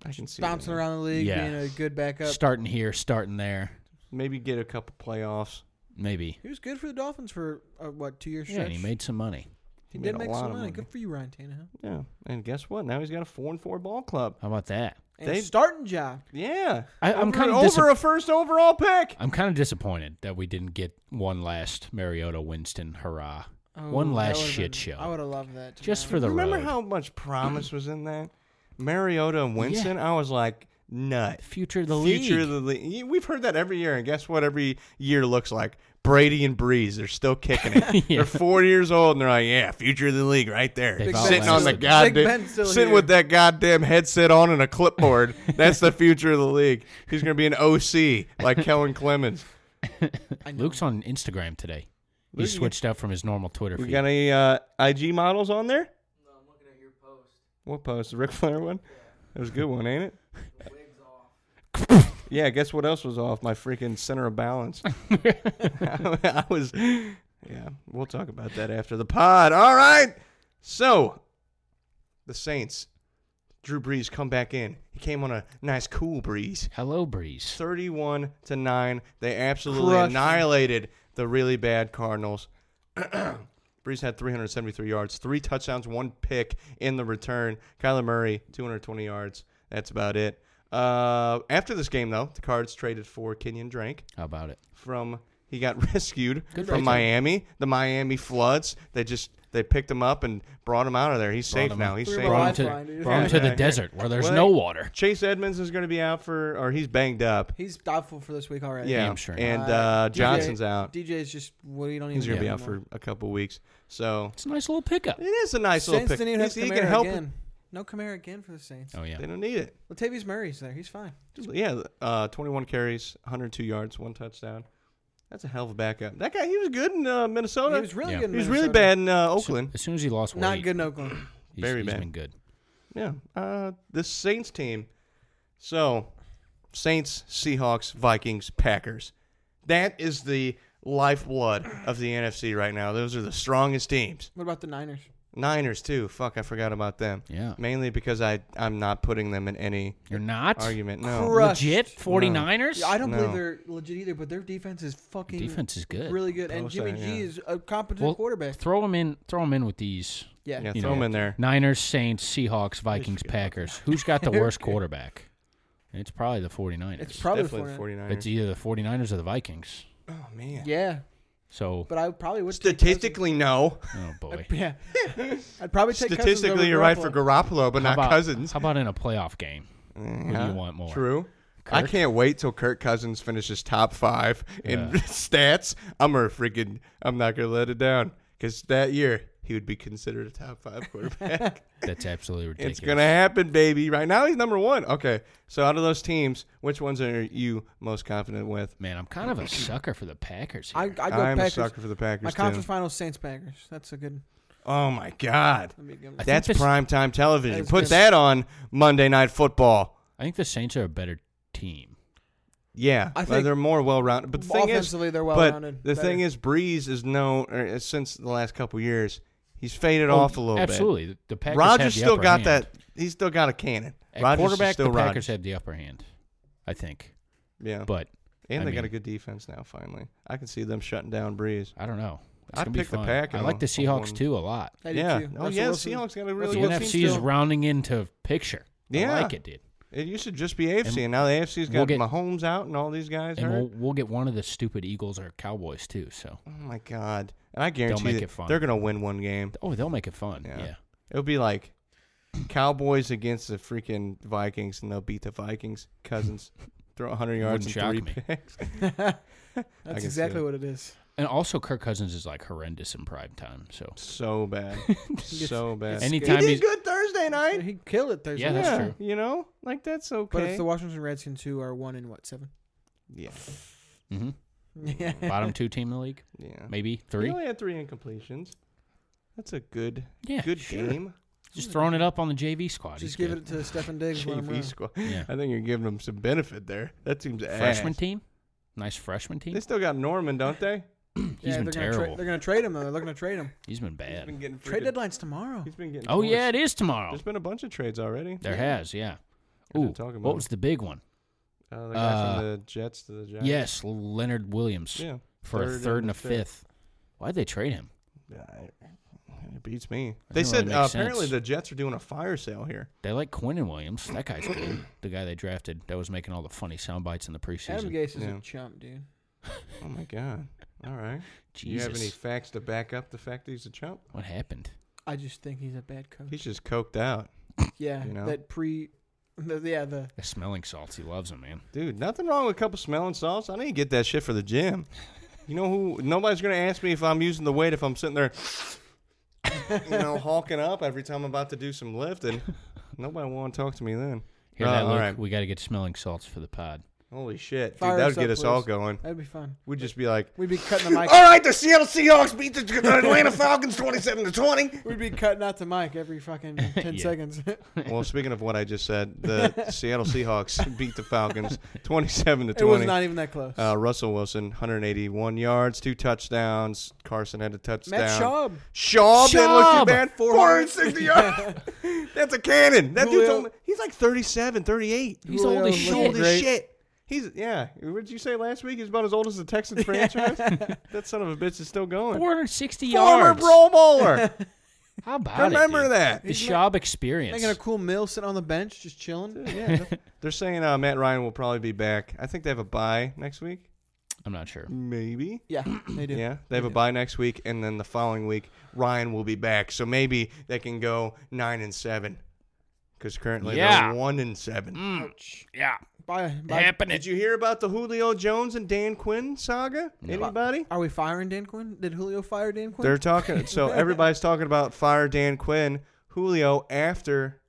Speaker 5: I can see
Speaker 7: bouncing
Speaker 5: that.
Speaker 7: around the league,
Speaker 6: uh, Yeah.
Speaker 7: being a good backup.
Speaker 6: starting here, starting there.
Speaker 5: Maybe get a couple playoffs.
Speaker 6: Maybe.
Speaker 7: he was good for the Dolphins for uh, what two years
Speaker 6: Yeah, and he made some money.
Speaker 7: he,
Speaker 5: he made
Speaker 7: did
Speaker 5: a
Speaker 7: make
Speaker 5: lot
Speaker 7: some
Speaker 5: of
Speaker 7: money.
Speaker 5: money.
Speaker 7: Good for you, Ryan Tannehill.
Speaker 5: Yeah, and guess what? Now he's got a four and four ball club.
Speaker 6: How about that?
Speaker 7: And
Speaker 5: They-
Speaker 7: starting job.
Speaker 5: Yeah,
Speaker 6: I- I'm
Speaker 5: Over-
Speaker 6: kinda
Speaker 5: over
Speaker 6: disap-
Speaker 5: a first overall pick.
Speaker 6: I'm kind of disappointed that we didn't get one last Mariota Winston hurrah.
Speaker 5: Oh,
Speaker 6: One
Speaker 7: Oh, that
Speaker 6: last
Speaker 7: would've
Speaker 6: shit
Speaker 7: been-
Speaker 6: show.
Speaker 7: I would have loved that. to be
Speaker 6: Just
Speaker 7: honest.
Speaker 6: for the
Speaker 5: Remember
Speaker 6: road.
Speaker 5: how much promise was in that? Mariota and Winston. I was like, nut.
Speaker 6: future of the
Speaker 5: Future
Speaker 6: league.
Speaker 5: of the league. We've heard that every year, and guess what? Every year looks like Brady and Breeze. They're still kicking it.
Speaker 6: Yeah.
Speaker 5: They're 40 years old, and they're like, "Yeah, future of the league, right there."
Speaker 6: Big Ben
Speaker 5: sitting on the
Speaker 6: still- Big
Speaker 5: goddamn,
Speaker 7: Ben's still
Speaker 5: sitting
Speaker 7: here.
Speaker 5: with that goddamn headset on and a clipboard. That's the future of the league. He's gonna be an OC like Kellen Clemens.
Speaker 6: Luke's on Instagram today. He
Speaker 5: Luke, you-
Speaker 6: switched out from his normal Twitter
Speaker 5: We
Speaker 6: feed.
Speaker 5: got any uh, IG models on there? No, I'm looking at your post. What post? The Ric Flair one? That was a good one, ain't it? yeah, guess what else was off? My freaking center of balance. I was. Yeah, we'll talk about that after the pod. All right. So, the Saints. Drew Brees come back in. He came on a nice cool breeze.
Speaker 6: Hello, Breeze.
Speaker 5: 31 to 9. They absolutely
Speaker 7: Crushing.
Speaker 5: annihilated the really bad Cardinals. Breeze had 373 yards, three touchdowns, one pick in the return. Kyler Murray, 220 yards. That's about it. Uh, after this game, though, the Cards traded for Kenyon Drake
Speaker 6: How about it?
Speaker 5: from he got rescued
Speaker 6: Good for
Speaker 5: from
Speaker 6: him.
Speaker 5: Miami. The Miami floods. They just they picked him up and brought him out of there. He's safe
Speaker 6: him
Speaker 5: now.
Speaker 6: up.
Speaker 5: He's
Speaker 7: Threw
Speaker 5: safe.
Speaker 7: him a
Speaker 6: Brought him
Speaker 7: lifeline,
Speaker 6: to,
Speaker 7: dude.
Speaker 6: brought him to the
Speaker 5: Yeah.
Speaker 6: desert where there's
Speaker 5: Well,
Speaker 6: no water.
Speaker 5: Chase Edmonds is going to be out for, or he's banged up.
Speaker 7: He's doubtful for this week already.
Speaker 5: Yeah,
Speaker 6: I'm sure.
Speaker 5: and uh, Johnson's
Speaker 7: DJ
Speaker 5: out.
Speaker 7: DJ's just what well, you don't even.
Speaker 5: He's gonna
Speaker 7: need
Speaker 5: be
Speaker 7: him
Speaker 5: out
Speaker 7: anymore.
Speaker 5: for a couple weeks. So
Speaker 6: It's a nice little pickup.
Speaker 5: it is a nice
Speaker 7: Saints
Speaker 5: little pick.
Speaker 7: didn't even have
Speaker 5: He's-
Speaker 7: Kamara
Speaker 5: he can help.
Speaker 7: again. No Kamara again for the Saints.
Speaker 6: Oh yeah.
Speaker 5: They don't need it.
Speaker 7: Latavius Murray's there. He's fine.
Speaker 5: Just- yeah, uh, 21 carries, 102 yards, one touchdown. That's a hell of a backup. That guy, he was good in uh, Minnesota.
Speaker 7: He was
Speaker 6: Oh,
Speaker 7: really
Speaker 6: Yeah.
Speaker 7: good. in
Speaker 5: He was really
Speaker 7: Minnesota.
Speaker 5: bad in uh, Oakland.
Speaker 6: As soon as he lost weight,
Speaker 7: Not good in Oakland.
Speaker 6: he's,
Speaker 5: Very
Speaker 6: he's
Speaker 5: bad.
Speaker 6: been good.
Speaker 5: Yeah, uh, the Saints team. So, Saints, Seahawks, Vikings, Packers. That is the lifeblood of the NFC right now. Those are the strongest teams.
Speaker 7: What about the Niners?
Speaker 5: Niners too. Fuck, I forgot about them.
Speaker 6: Yeah.
Speaker 5: Mainly because I I'm not putting them in any
Speaker 6: You're not
Speaker 5: argument. No.
Speaker 7: Crushed.
Speaker 6: legit 49ers.
Speaker 7: Yeah, I don't
Speaker 5: No.
Speaker 7: believe they're legit either, but their defense is fucking
Speaker 6: Defense is good.
Speaker 7: really good, and
Speaker 5: Bosa,
Speaker 7: Jimmy G
Speaker 5: yeah.
Speaker 7: is a competent
Speaker 6: Well,
Speaker 7: quarterback.
Speaker 6: Throw him in. Throw him in with these
Speaker 7: yeah,
Speaker 5: Yeah,
Speaker 6: You
Speaker 5: throw
Speaker 6: know.
Speaker 5: them in there.
Speaker 6: Niners, Saints, Seahawks, Vikings, Packers. Who's got the worst quarterback? It's probably the 49ers.
Speaker 7: it's probably
Speaker 5: Definitely the
Speaker 7: four.
Speaker 5: 49ers.
Speaker 6: It's either the 49ers or the Vikings.
Speaker 5: oh, man.
Speaker 7: Yeah,
Speaker 6: So,
Speaker 7: but I probably would take
Speaker 5: Statistically, no.
Speaker 6: oh boy.
Speaker 7: Cousins. Yeah, I'd probably take Cousins over
Speaker 5: Statistically, you're right for
Speaker 7: Garoppolo.
Speaker 5: Garoppolo, but
Speaker 6: how
Speaker 5: not
Speaker 6: about,
Speaker 5: Cousins.
Speaker 6: How about in a playoff game? Who do you want more?
Speaker 5: True. I
Speaker 6: Kirk?
Speaker 5: can't wait till Kirk Cousins finishes top five in
Speaker 6: Yeah.
Speaker 5: stats. I'm gonna freaking. I'm not gonna let it down because that year he would be considered a top five quarterback.
Speaker 6: That's absolutely ridiculous.
Speaker 5: it's gonna happen, baby. Right now he's number one. Okay, so out of those teams, which ones are you most confident with?
Speaker 6: Man, I'm kind of a sucker for the Packers.
Speaker 7: I,
Speaker 6: Here.
Speaker 7: I go
Speaker 5: I'm a
Speaker 7: Packers.
Speaker 5: sucker for the Packers,
Speaker 7: My
Speaker 5: too.
Speaker 7: conference finals, Saints Packers. That's a good.
Speaker 5: Oh my god,
Speaker 7: That'd be a good one.
Speaker 6: I think
Speaker 5: that's
Speaker 6: this-
Speaker 5: primetime television.
Speaker 7: That's
Speaker 5: Put
Speaker 7: good.
Speaker 5: that on Monday Night Football.
Speaker 6: I think the Saints are a better team.
Speaker 5: Yeah,
Speaker 7: I
Speaker 5: but
Speaker 7: think
Speaker 5: they're more well rounded. But the thing
Speaker 7: offensively,
Speaker 5: is,
Speaker 7: they're
Speaker 5: but
Speaker 7: well-rounded,
Speaker 5: The
Speaker 7: better.
Speaker 5: thing is, Breeze is known or, uh, since the last couple years. He's faded
Speaker 7: Oh,
Speaker 5: off a little
Speaker 6: Oh, absolutely.
Speaker 5: bit.
Speaker 6: The- the Packers have
Speaker 5: Rodgers
Speaker 6: the
Speaker 5: still
Speaker 6: upper
Speaker 5: got
Speaker 6: hand.
Speaker 5: that. He's still got a cannon.
Speaker 6: At
Speaker 5: Rodgers is
Speaker 6: quarterback,
Speaker 5: still
Speaker 6: the Packers
Speaker 5: Rodgers. Oh.
Speaker 6: have the upper hand, I think.
Speaker 5: yeah,
Speaker 6: But
Speaker 5: and
Speaker 6: I
Speaker 5: they got
Speaker 6: mean-
Speaker 5: a good defense now. Finally, I can see them shutting down Breeze.
Speaker 6: I don't know. It's
Speaker 5: I'd
Speaker 6: gonna be
Speaker 5: pick the
Speaker 6: fun.
Speaker 5: Pack
Speaker 6: I
Speaker 5: in
Speaker 6: like
Speaker 5: a-
Speaker 6: the Seahawks
Speaker 5: on-
Speaker 6: too a lot.
Speaker 7: I do
Speaker 5: yeah.
Speaker 7: too.
Speaker 5: Oh
Speaker 7: Russell
Speaker 5: yeah,
Speaker 7: Wilson.
Speaker 5: Seahawks got a
Speaker 6: The
Speaker 5: really
Speaker 7: Russell
Speaker 5: good
Speaker 7: Wilson's
Speaker 6: NFC
Speaker 5: team
Speaker 6: is
Speaker 5: still.
Speaker 6: rounding into picture.
Speaker 5: Yeah.
Speaker 6: I like it, dude.
Speaker 5: It used to just be AFC, and, now the AFC's got
Speaker 6: we'll get-
Speaker 5: Mahomes out and all these guys
Speaker 6: and
Speaker 5: hurt.
Speaker 6: we'll, we'll get one of the stupid Eagles or Cowboys too. So
Speaker 5: oh my god! And I guarantee
Speaker 6: make
Speaker 5: that
Speaker 6: it fun.
Speaker 5: they're gonna win one game.
Speaker 6: oh, they'll make it fun.
Speaker 5: Yeah.
Speaker 6: Yeah.
Speaker 5: It'll be like Cowboys against the freaking Vikings, and they'll beat the Vikings. Cousins throw 100 yards and
Speaker 6: Wouldn't
Speaker 5: three
Speaker 6: shock me.
Speaker 5: picks.
Speaker 7: That's
Speaker 5: see
Speaker 7: exactly
Speaker 5: it.
Speaker 7: what it is.
Speaker 6: And also, Kirk Cousins is like horrendous in prime time. So Mm-hmm.
Speaker 5: So bad, so bad.
Speaker 6: Any-
Speaker 5: he
Speaker 6: Anytime
Speaker 5: did
Speaker 6: he's-
Speaker 5: good Thursday night.
Speaker 7: He killed it Thursday.
Speaker 6: Yeah,
Speaker 7: night.
Speaker 6: that's true.
Speaker 5: You know, like that's okay.
Speaker 7: But it's the Washington Redskins who are one in what seven?
Speaker 5: yeah,
Speaker 6: hmm
Speaker 7: Yeah,
Speaker 6: bottom two team in the league,
Speaker 5: yeah.
Speaker 6: maybe
Speaker 5: He
Speaker 6: three.
Speaker 5: only had three incompletions. That's a good,
Speaker 6: Yeah,
Speaker 5: good
Speaker 6: sure.
Speaker 5: game.
Speaker 6: Just throwing it up on the JV
Speaker 5: oh,
Speaker 6: squad.
Speaker 7: Just give it to Stefan Diggs. let him
Speaker 5: JV
Speaker 7: run.
Speaker 5: squad.
Speaker 6: Yeah.
Speaker 5: I think you're giving them some benefit there. That seems
Speaker 6: freshman team. Nice freshman team.
Speaker 5: They still got Norman, don't they?
Speaker 6: He's
Speaker 7: yeah,
Speaker 6: been
Speaker 7: they're gonna, tra-
Speaker 6: terrible.
Speaker 7: they're gonna trade him. Though. They're looking to trade him.
Speaker 6: He's been
Speaker 5: He's
Speaker 6: bad.
Speaker 5: been getting
Speaker 7: Trade
Speaker 5: freaking-
Speaker 7: deadlines tomorrow.
Speaker 5: He's been getting.
Speaker 6: oh
Speaker 5: torched.
Speaker 6: yeah, it is tomorrow.
Speaker 5: There's been a bunch of trades already.
Speaker 6: There has, yeah.
Speaker 5: We've been
Speaker 6: Ooh,
Speaker 5: talking about
Speaker 6: what was the big one?
Speaker 5: Uh, the guy from
Speaker 6: Uh,
Speaker 5: the Jets to the Giants.
Speaker 6: Yes, Leonard Williams
Speaker 5: Yeah.
Speaker 6: for a third and a fifth. Why'd they trade him?
Speaker 5: Yeah, I- it beats me.
Speaker 6: That
Speaker 5: They
Speaker 6: doesn't
Speaker 5: said
Speaker 6: really
Speaker 5: uh,
Speaker 6: make
Speaker 5: apparently
Speaker 6: sense.
Speaker 5: the Jets are doing a fire sale here.
Speaker 6: They like Quinnen Williams. That guy's good. The guy they drafted that was making all the funny sound bites in the
Speaker 7: Adam
Speaker 6: preseason.
Speaker 7: Gase is
Speaker 5: Yeah.
Speaker 7: a chump, dude.
Speaker 5: Oh my god! All right. Do you
Speaker 6: Jesus.
Speaker 5: have any facts to back up the fact that he's a chump?
Speaker 6: what happened?
Speaker 7: I just think he's a bad coach.
Speaker 5: He's just coked out,
Speaker 7: yeah,
Speaker 5: you know?
Speaker 7: that pre, the, yeah, the
Speaker 6: The smelling salts. He loves him, man.
Speaker 5: dude. Nothing wrong with a couple smelling salts. I need to get that shit for the gym. You know who? Nobody's gonna ask me if I'm using the weight if I'm sitting there, you know, hawking up every time I'm about to do some lifting. Nobody want to talk to me then.
Speaker 6: Hear
Speaker 5: Uh,
Speaker 6: that,
Speaker 5: all
Speaker 6: Luke?
Speaker 5: right.
Speaker 6: We got to get smelling salts for the pod.
Speaker 5: Holy shit, dude!
Speaker 7: Fire
Speaker 5: That
Speaker 7: us
Speaker 5: would get
Speaker 7: up,
Speaker 5: us all
Speaker 7: please.
Speaker 5: going. Oh!
Speaker 7: that'd be fun.
Speaker 5: We'd just be like,
Speaker 7: We'd be cutting the mic.
Speaker 5: All right, the Seattle Seahawks beat the the Atlanta Falcons 27 to 20.
Speaker 7: We'd be cutting out the mic every fucking ten
Speaker 6: Yeah.
Speaker 7: seconds.
Speaker 5: Well, speaking of what I just said, the Seattle Seahawks beat the Falcons 27 to
Speaker 7: it was
Speaker 5: 20.
Speaker 7: not even that close.
Speaker 5: uh, Russell Wilson, 181 yards, two touchdowns. Carson had a touchdown.
Speaker 7: Matt Schaub.
Speaker 5: Schaub, didn't look too
Speaker 6: Schaub!
Speaker 5: bad.
Speaker 7: 400.
Speaker 5: 460 yards. That's a cannon. That dude's
Speaker 7: Julio-
Speaker 5: only, he's like 37, 38.
Speaker 6: He's old as
Speaker 7: Julio
Speaker 6: shit.
Speaker 7: looked
Speaker 5: old as
Speaker 7: great.
Speaker 5: shit. He's yeah. What did you say last week? He's about as old as the Texans franchise. that son of a bitch is still going.
Speaker 6: 460
Speaker 5: Former
Speaker 6: yards.
Speaker 5: Pro Bowler.
Speaker 6: How about
Speaker 5: Remember
Speaker 6: it, dude?
Speaker 5: that.
Speaker 6: The Schaub experience.
Speaker 7: Making a cool meal, sitting on the bench, just chilling.
Speaker 5: Yeah, they're saying uh, Matt Ryan will probably be back. I think they have a bye next week.
Speaker 6: I'm not sure.
Speaker 5: Maybe.
Speaker 7: Yeah, they do.
Speaker 5: Yeah, they have a bye next week, and then the following week Ryan will be back. So maybe they can go nine and seven, because currently
Speaker 6: Yeah.
Speaker 5: they're one and seven.
Speaker 6: Yeah,
Speaker 7: Bye. bye.
Speaker 6: happening.
Speaker 5: Did you hear about the Julio Jones and Dan Quinn saga? Anybody?
Speaker 7: Are we firing Dan Quinn? Did Julio fire Dan Quinn?
Speaker 5: They're talking. So everybody's talking about fire Dan Quinn. Julio after,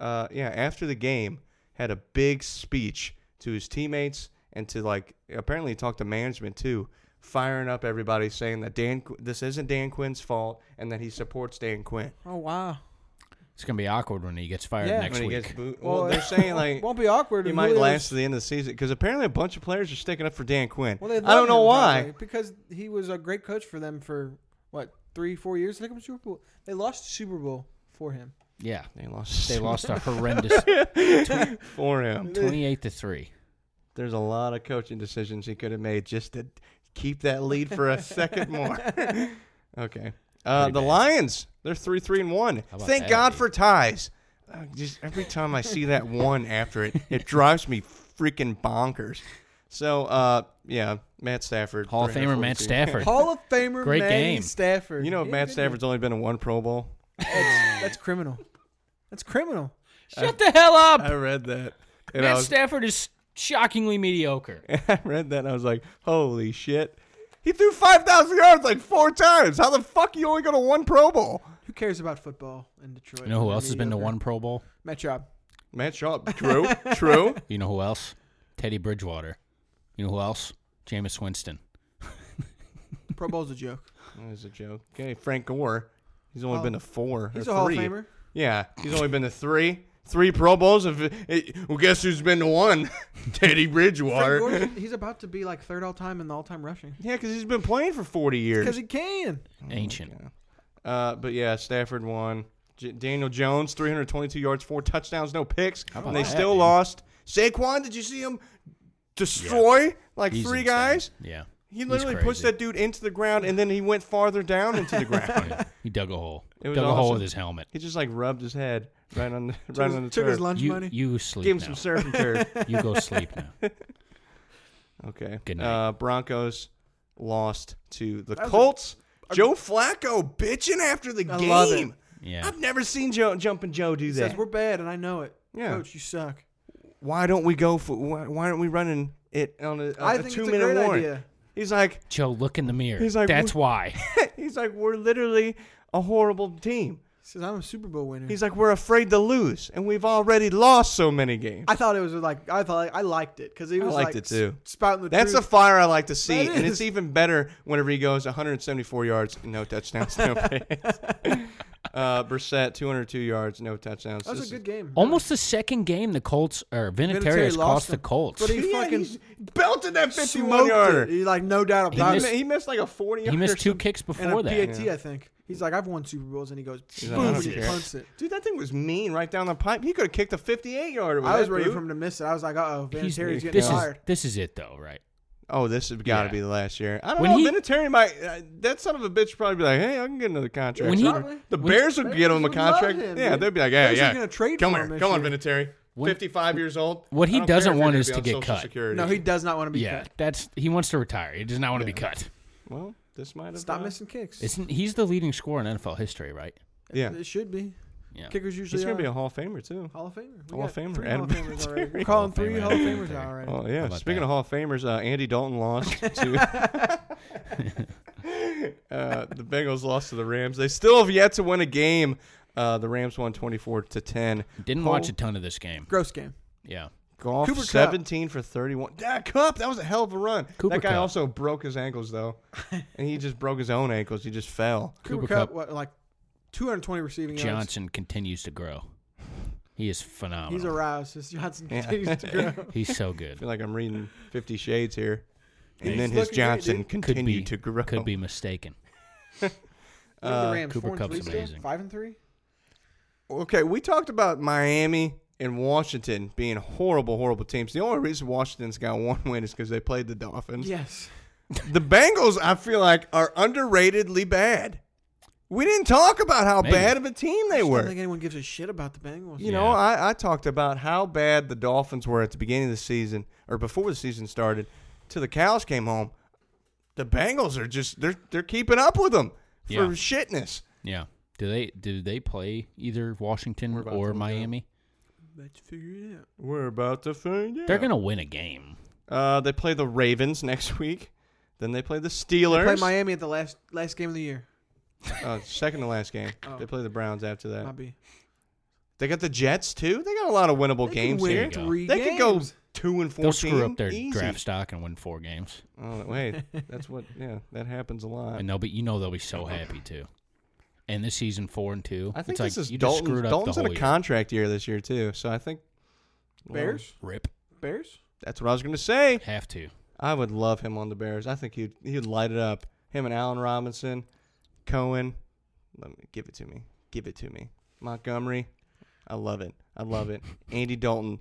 Speaker 5: uh, yeah, after the game had a big speech to his teammates and to like apparently talk to management too, firing up everybody saying that Dan Qu- this isn't Dan Quinn's fault and that he supports Dan Quinn.
Speaker 7: oh wow.
Speaker 6: It's gonna be awkward when he gets fired
Speaker 7: Yeah.
Speaker 6: next
Speaker 5: When he
Speaker 6: week.
Speaker 5: gets boot- well, they're
Speaker 7: it
Speaker 5: saying like
Speaker 7: won't be awkward.
Speaker 5: he
Speaker 7: if
Speaker 5: might
Speaker 7: Julio's-
Speaker 5: last to the end of the season because apparently a bunch of players are sticking up for Dan Quinn.
Speaker 7: Well, they
Speaker 5: I don't
Speaker 7: love
Speaker 5: know
Speaker 7: him,
Speaker 5: why.
Speaker 7: probably, because he was a great coach for them for what three, four years. They come to Super Bowl. They lost the Super Bowl for him.
Speaker 6: yeah,
Speaker 5: They lost.
Speaker 6: they lost a horrendous
Speaker 5: for him.
Speaker 6: 28 to three.
Speaker 5: There's a lot of coaching decisions he could have made just to keep that lead for a second more. okay. Uh,
Speaker 6: Pretty
Speaker 5: the
Speaker 6: bad.
Speaker 5: Lions, they're three, three, and one.
Speaker 6: about
Speaker 5: Thank
Speaker 6: that,
Speaker 5: God
Speaker 6: dude?
Speaker 5: for ties. Uh, just every time I see that one after it, it drives me freaking bonkers. So, uh, yeah, Matt Stafford,
Speaker 6: Hall of Famer Matt
Speaker 5: 342.
Speaker 6: Stafford.
Speaker 7: Hall of Famer
Speaker 6: Great
Speaker 7: Matty
Speaker 6: game.
Speaker 7: Stafford.
Speaker 5: You know,
Speaker 7: Yeah,
Speaker 5: Matt
Speaker 7: good
Speaker 5: Stafford's only been in one Pro Bowl.
Speaker 7: game. That's, that's criminal. That's criminal.
Speaker 6: Shut the hell up.
Speaker 5: I read that. And I
Speaker 6: Matt
Speaker 5: was-
Speaker 6: Stafford is shockingly mediocre.
Speaker 5: I read that and I was like, holy shit. He threw 5,000 yards like four times. How the fuck you only go to one Pro Bowl?
Speaker 7: Who cares about football in Detroit?
Speaker 6: You know who
Speaker 7: They're
Speaker 6: else has been to
Speaker 7: mediocre.
Speaker 6: one Pro Bowl?
Speaker 7: Matt Schaub.
Speaker 5: Matt Schaub. True. True.
Speaker 6: You know who else? Teddy Bridgewater. You know who else? Jameis Winston.
Speaker 7: Pro Bowl's a joke.
Speaker 5: That was a joke. Okay, Frank Gore. He's only been to four.
Speaker 7: He's
Speaker 5: or
Speaker 7: a Hall of
Speaker 5: three.
Speaker 7: Famer.
Speaker 5: Yeah, he's only been to three. Three Pro Bowls. Of, it, well, guess who's been to one? Teddy
Speaker 7: Frank
Speaker 5: Bridgewater.
Speaker 7: Gore, he's about to be like third all time in the all time rushing
Speaker 5: Yeah, because he's been playing for 40 years.
Speaker 7: because he can.
Speaker 5: Oh
Speaker 6: Ancient.
Speaker 5: Uh, but yeah, Stafford won. J- Daniel Jones, 322 yards, four touchdowns, no picks.
Speaker 6: about
Speaker 5: And they
Speaker 6: that,
Speaker 5: still
Speaker 6: dude?
Speaker 5: lost. Saquon, did you see him destroy like
Speaker 6: He's
Speaker 5: three
Speaker 6: insane.
Speaker 5: guys?
Speaker 6: Yeah.
Speaker 5: He literally pushed
Speaker 6: crazy.
Speaker 5: that dude into the ground, and then he went farther down into the ground.
Speaker 6: Yeah, he dug a hole.
Speaker 5: It was
Speaker 6: Dug a hole
Speaker 5: awesome.
Speaker 6: with his helmet.
Speaker 5: he just like rubbed his head right on the
Speaker 7: Took,
Speaker 5: right
Speaker 7: his,
Speaker 5: on the
Speaker 7: took his
Speaker 5: turf.
Speaker 7: lunch
Speaker 6: You,
Speaker 7: money.
Speaker 6: you sleep
Speaker 5: Give him
Speaker 6: now.
Speaker 5: some surf and turf.
Speaker 6: You go sleep now.
Speaker 5: Okay.
Speaker 6: Good night.
Speaker 5: Uh, Broncos lost to the
Speaker 7: That was a-
Speaker 5: Colts. Joe Flacco bitching after the
Speaker 7: I
Speaker 5: game.
Speaker 7: love it.
Speaker 6: Yeah.
Speaker 5: I've never seen Joe jumping Joe do
Speaker 7: He
Speaker 5: that.
Speaker 7: says we're bad, and I know it.
Speaker 5: Yeah.
Speaker 7: Coach, you suck.
Speaker 5: why don't we go for why, why aren't we running it on a, a
Speaker 7: I think it's a
Speaker 5: two minute
Speaker 7: great
Speaker 5: warning?
Speaker 7: idea.
Speaker 5: He's like
Speaker 6: Joe, look in the mirror.
Speaker 5: He's like,
Speaker 6: That's
Speaker 5: "We-
Speaker 6: why.
Speaker 5: he's like we're literally a horrible team.
Speaker 7: He says I'm a Super Bowl winner.
Speaker 5: He's like we're afraid to lose and we've already lost so many games.
Speaker 7: I thought it was like I thought I liked it because he
Speaker 5: I
Speaker 7: was
Speaker 5: liked
Speaker 7: like
Speaker 5: it too.
Speaker 7: s- spouting the
Speaker 5: That's
Speaker 7: truth.
Speaker 5: a fire I like to see,
Speaker 7: That
Speaker 5: and it's
Speaker 7: is.
Speaker 5: even better whenever he goes 174 yards, no touchdowns, no picks. Uh, Brissett, 202 yards, no touchdowns.
Speaker 7: that was
Speaker 5: This
Speaker 7: a
Speaker 5: is-
Speaker 7: good game.
Speaker 6: Almost the second game the Colts or Vinatieri
Speaker 7: Vinatieri
Speaker 6: cost
Speaker 7: lost
Speaker 6: the
Speaker 7: them.
Speaker 6: Colts.
Speaker 7: But he
Speaker 5: Yeah,
Speaker 7: fucking
Speaker 5: he's belted that 51
Speaker 7: smoked
Speaker 5: yarder.
Speaker 7: it. He like no doubt
Speaker 6: He
Speaker 5: He,
Speaker 7: about
Speaker 6: missed-
Speaker 5: mi-
Speaker 7: it.
Speaker 5: he missed like a 40.
Speaker 6: He missed two kicks
Speaker 7: And
Speaker 6: before
Speaker 7: a
Speaker 6: that.
Speaker 7: PAT, I think. He's like I've won Super Bowls, and he goes
Speaker 5: He's
Speaker 7: boom,
Speaker 5: like, I
Speaker 7: and
Speaker 5: don't
Speaker 7: he
Speaker 5: care.
Speaker 7: punts it.
Speaker 5: Dude, that thing was mean right down the pipe. He could have kicked a 58 yarder.
Speaker 7: I was ready for him to miss it. I was like, uh oh,
Speaker 6: He's-
Speaker 7: Vinatieri's getting
Speaker 6: this
Speaker 7: fired.
Speaker 6: Is, this is it though, right?
Speaker 5: Oh, this has got to
Speaker 6: Yeah.
Speaker 5: be the last year. I don't
Speaker 6: When
Speaker 5: know.
Speaker 6: he-
Speaker 5: Vinatieri might. Uh, that son of a bitch probably be like, hey, I can get another contract.
Speaker 6: When he-
Speaker 7: Probably.
Speaker 5: the
Speaker 6: when-
Speaker 5: Bears would give him a
Speaker 7: Bears would love
Speaker 5: contract.
Speaker 7: him,
Speaker 5: yeah,
Speaker 7: dude.
Speaker 5: they'd be like, yeah,
Speaker 7: Bears are
Speaker 5: yeah.
Speaker 7: gonna trade
Speaker 5: come
Speaker 7: for
Speaker 5: here,
Speaker 7: him this
Speaker 5: come on,
Speaker 7: year.
Speaker 5: Vinatieri.
Speaker 6: When-
Speaker 5: 55 years old.
Speaker 6: What he
Speaker 5: I don't care
Speaker 6: doesn't
Speaker 5: if you're
Speaker 6: want
Speaker 5: gonna
Speaker 6: is
Speaker 5: be
Speaker 6: to
Speaker 5: on
Speaker 6: get
Speaker 5: Social
Speaker 6: cut.
Speaker 5: Security.
Speaker 7: No, he does not want to be
Speaker 6: Yeah,
Speaker 7: cut.
Speaker 6: that's he wants to retire. He does not want to be cut.
Speaker 5: Well, this might have.
Speaker 7: Stop
Speaker 5: uh,
Speaker 7: missing kicks.
Speaker 6: Isn't he's the leading scorer in NFL history, right?
Speaker 5: Yeah,
Speaker 7: It should be.
Speaker 6: Yeah.
Speaker 7: Kickers usually
Speaker 5: he's gonna
Speaker 7: are.
Speaker 5: be a Hall of Famer too.
Speaker 7: Hall of Famer. We
Speaker 5: Hall of
Speaker 7: got
Speaker 5: Famer,
Speaker 7: three
Speaker 5: Adam
Speaker 7: Hall of Famers already.
Speaker 5: Vinatieri.
Speaker 7: We're calling
Speaker 6: Hall of
Speaker 7: three
Speaker 6: Famer,
Speaker 7: Hall of
Speaker 6: Adam
Speaker 7: Famers
Speaker 6: Vinatieri.
Speaker 7: out already.
Speaker 5: Oh
Speaker 6: How
Speaker 5: yeah.
Speaker 6: about
Speaker 5: Speaking
Speaker 6: that?
Speaker 5: of Hall of Famers, uh, Andy Dalton lost to uh, the Bengals lost to the Rams. They still have yet to win a game. Uh, the Rams won twenty four to ten.
Speaker 6: Didn't watch a ton of this game.
Speaker 7: Gross game.
Speaker 6: Yeah.
Speaker 5: Golf
Speaker 7: Cooper Kupp.
Speaker 5: seventeen for thirty one. That cup, that was a hell of a run.
Speaker 6: Cooper
Speaker 5: that guy
Speaker 6: Kupp.
Speaker 5: also broke his ankles though, and he just broke his own ankles. He just fell.
Speaker 7: Cooper,
Speaker 6: Cooper
Speaker 7: Cup,
Speaker 6: Kupp.
Speaker 7: what, like 220 receiving yards.
Speaker 6: Johnson continues to grow. He is phenomenal.
Speaker 7: He's aroused. This Johnson continues to grow.
Speaker 6: He's so
Speaker 5: I
Speaker 6: good.
Speaker 5: feel like I'm reading Fifty Shades here. And
Speaker 7: He's
Speaker 5: then his
Speaker 7: looking great,
Speaker 5: Johnson
Speaker 7: dude.
Speaker 6: Could be
Speaker 5: continued to grow.
Speaker 6: Could be mistaken.
Speaker 7: Look
Speaker 5: uh,
Speaker 7: at the Rams,
Speaker 6: Cooper
Speaker 7: four and
Speaker 6: Kupp's
Speaker 7: three still?
Speaker 6: amazing.
Speaker 7: Five and three.
Speaker 5: Okay, we talked about Miami and Washington being horrible, horrible teams. The only reason Washington's got one win is because they played the Dolphins.
Speaker 7: Yes.
Speaker 5: The Bengals, I feel like, are underratedly bad. We didn't talk about how
Speaker 6: Maybe.
Speaker 5: bad of a team they
Speaker 7: I
Speaker 5: were.
Speaker 7: don't think anyone gives a shit about the Bengals.
Speaker 5: You know,
Speaker 6: Yeah.
Speaker 5: I, I talked about how bad the Dolphins were at the beginning of the season or before the season started till the cows came home. The Bengals are just they're they're keeping up with them for
Speaker 6: Yeah.
Speaker 5: shitness.
Speaker 6: Yeah. Do they do they play either Washington
Speaker 5: We're about to
Speaker 6: or
Speaker 5: look it up.
Speaker 6: Miami?
Speaker 7: Let's figure it out.
Speaker 5: We're about to find out.
Speaker 6: They're gonna win a game.
Speaker 5: Uh, they play the Ravens next week. Then they play the
Speaker 7: They
Speaker 5: Steelers.
Speaker 7: play Miami at the last last game of the year.
Speaker 5: Uh, second to last game.
Speaker 7: Oh.
Speaker 5: They play the Browns after that.
Speaker 7: Might be.
Speaker 5: They got the Jets too. They got a lot of winnable
Speaker 7: They could
Speaker 5: games
Speaker 7: win
Speaker 5: here.
Speaker 6: There you
Speaker 7: three
Speaker 5: They could go
Speaker 7: games.
Speaker 5: two and 14
Speaker 6: They'll screw up their
Speaker 5: Easy.
Speaker 6: draft stock and win four games.
Speaker 5: Oh wait, that's what. Yeah, that happens a lot.
Speaker 6: And they'll be, you know, they'll be so happy too. And this season, four and two.
Speaker 5: I think
Speaker 6: it's
Speaker 5: this
Speaker 6: like
Speaker 5: is
Speaker 6: you
Speaker 5: Dalton.
Speaker 6: just screwed up
Speaker 5: Dalton's
Speaker 6: the
Speaker 5: in
Speaker 6: whole
Speaker 5: a
Speaker 6: year.
Speaker 5: contract year this year too, so I think well,
Speaker 7: Bears.
Speaker 6: Rip,
Speaker 7: Bears.
Speaker 5: that's what I was gonna say.
Speaker 6: have to.
Speaker 5: I would love him on the Bears. I think he'd he'd light it up. Him and Allen Robinson, Cohen. Let me give it to me. Give it to me. Montgomery. I love it. I love it. Andy Dalton.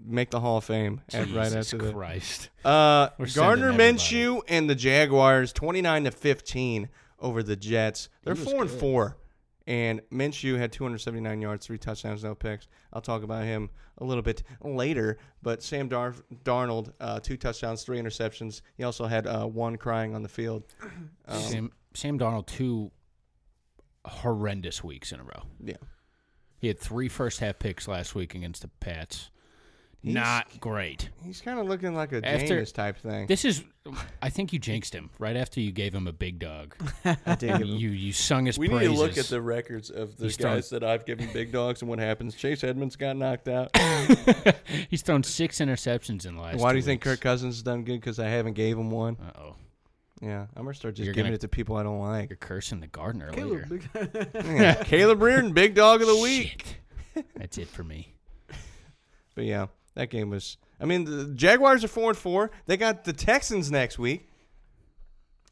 Speaker 5: Make the Hall of Fame at, right
Speaker 6: Jesus
Speaker 5: after that.
Speaker 6: Christ.
Speaker 5: Uh,
Speaker 6: We're sending
Speaker 5: Gardner
Speaker 6: everybody.
Speaker 5: Minshew and the Jaguars, twenty nine to fifteen over the Jets. They're
Speaker 6: He was
Speaker 5: four and
Speaker 6: good.
Speaker 5: four, and Minshew had two hundred seventy nine yards, three touchdowns, no picks. I'll talk about him a little bit later. But Sam Dar- Darnold, uh, two touchdowns, three interceptions. He also had uh, one crying on the field. Um,
Speaker 6: Sam, Sam Darnold, two horrendous weeks in a row.
Speaker 5: Yeah,
Speaker 6: He had three first half picks last week against the Pats.
Speaker 5: He's-
Speaker 6: Not great.
Speaker 5: he's kind of looking like a
Speaker 6: After-
Speaker 5: Jameis type thing.
Speaker 6: This is, I think you jinxed him right after you gave him a big dog.
Speaker 5: I did give him-
Speaker 6: You you sung his
Speaker 5: We
Speaker 6: praises.
Speaker 5: need to look at the records of the
Speaker 6: He's thrown-
Speaker 5: guys that I've given big dogs and what happens. Chase Edmonds got knocked out.
Speaker 6: He's thrown six interceptions in the last.
Speaker 5: Why do you think Kirk Cousins has done good? Because I haven't gave him one.
Speaker 6: Uh oh,
Speaker 5: Yeah, I'm gonna start just
Speaker 6: You're
Speaker 5: giving
Speaker 6: gonna-
Speaker 5: it to people I don't
Speaker 6: you're
Speaker 5: like.
Speaker 6: cursing the gardener later.
Speaker 7: Caleb. Big
Speaker 5: Yeah, Caleb Reardon, big dog of the week.
Speaker 6: Shit. That's it for me.
Speaker 5: But yeah, that game was. I mean, the Jaguars are four and four. They got the Texans next week.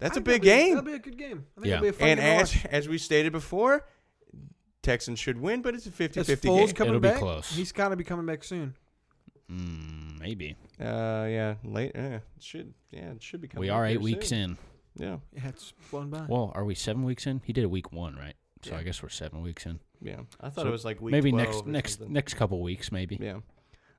Speaker 5: That's a
Speaker 7: a
Speaker 5: big
Speaker 7: That'll
Speaker 5: game.
Speaker 7: be a good game. I think
Speaker 6: Yeah.
Speaker 7: it'll be a fun
Speaker 5: And
Speaker 7: game to
Speaker 5: as
Speaker 7: watch.
Speaker 5: as we stated before, Texans should win, but it's a 50-50
Speaker 7: As Foles
Speaker 5: game.
Speaker 7: coming
Speaker 6: It'll be
Speaker 7: back,
Speaker 6: close.
Speaker 7: he's got to be coming back soon.
Speaker 6: Mm, Maybe
Speaker 5: Uh, yeah, late. Yeah, it should. Yeah, it should be coming.
Speaker 6: we
Speaker 5: up
Speaker 6: are
Speaker 5: here
Speaker 6: eight weeks
Speaker 5: soon.
Speaker 6: in.
Speaker 5: Yeah,
Speaker 7: Yeah, it's blown by.
Speaker 6: Well, are we seven weeks in? He did a week one, right? So I guess we're seven weeks in.
Speaker 5: yeah. I thought
Speaker 6: So
Speaker 5: it was like week
Speaker 6: maybe
Speaker 5: 12
Speaker 6: next
Speaker 5: or
Speaker 6: next
Speaker 5: something.
Speaker 6: next couple weeks, maybe.
Speaker 5: Yeah.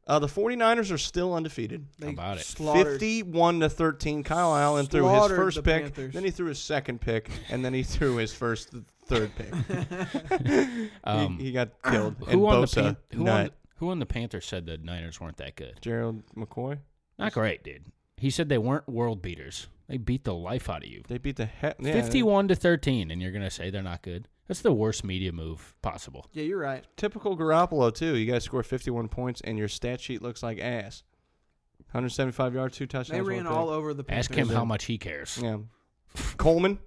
Speaker 5: Uh, the 49ers are still undefeated.
Speaker 7: they
Speaker 6: about it?
Speaker 7: slaughtered-
Speaker 5: 51 to 13. Kyle Allen threw his
Speaker 7: Slaughtered
Speaker 5: first
Speaker 7: the
Speaker 5: pick,
Speaker 7: Panthers.
Speaker 5: then he threw his second pick, and then he threw his first third pick.
Speaker 6: Um,
Speaker 5: he, he got killed. and
Speaker 6: who on the
Speaker 5: Bosa,
Speaker 6: Pan- who on
Speaker 5: nut.
Speaker 6: the, who on the Panthers said the Niners weren't that good?
Speaker 5: Gerald McCoy?
Speaker 6: Not great, dude. He said they weren't world beaters. They beat the life out of you.
Speaker 5: They beat the heck. Yeah, they-
Speaker 6: 51 to 13 and you're going to say they're not good? That's the worst media move possible.
Speaker 7: Yeah, you're right.
Speaker 5: Typical Garoppolo, too. You guys score 51 points, and your stat sheet looks like ass. 175 yards, two touchdowns.
Speaker 7: They
Speaker 5: one
Speaker 7: ran
Speaker 5: pick.
Speaker 7: all over the.
Speaker 6: Ask him
Speaker 7: Panthers.
Speaker 6: how much he cares.
Speaker 5: Yeah. Coleman,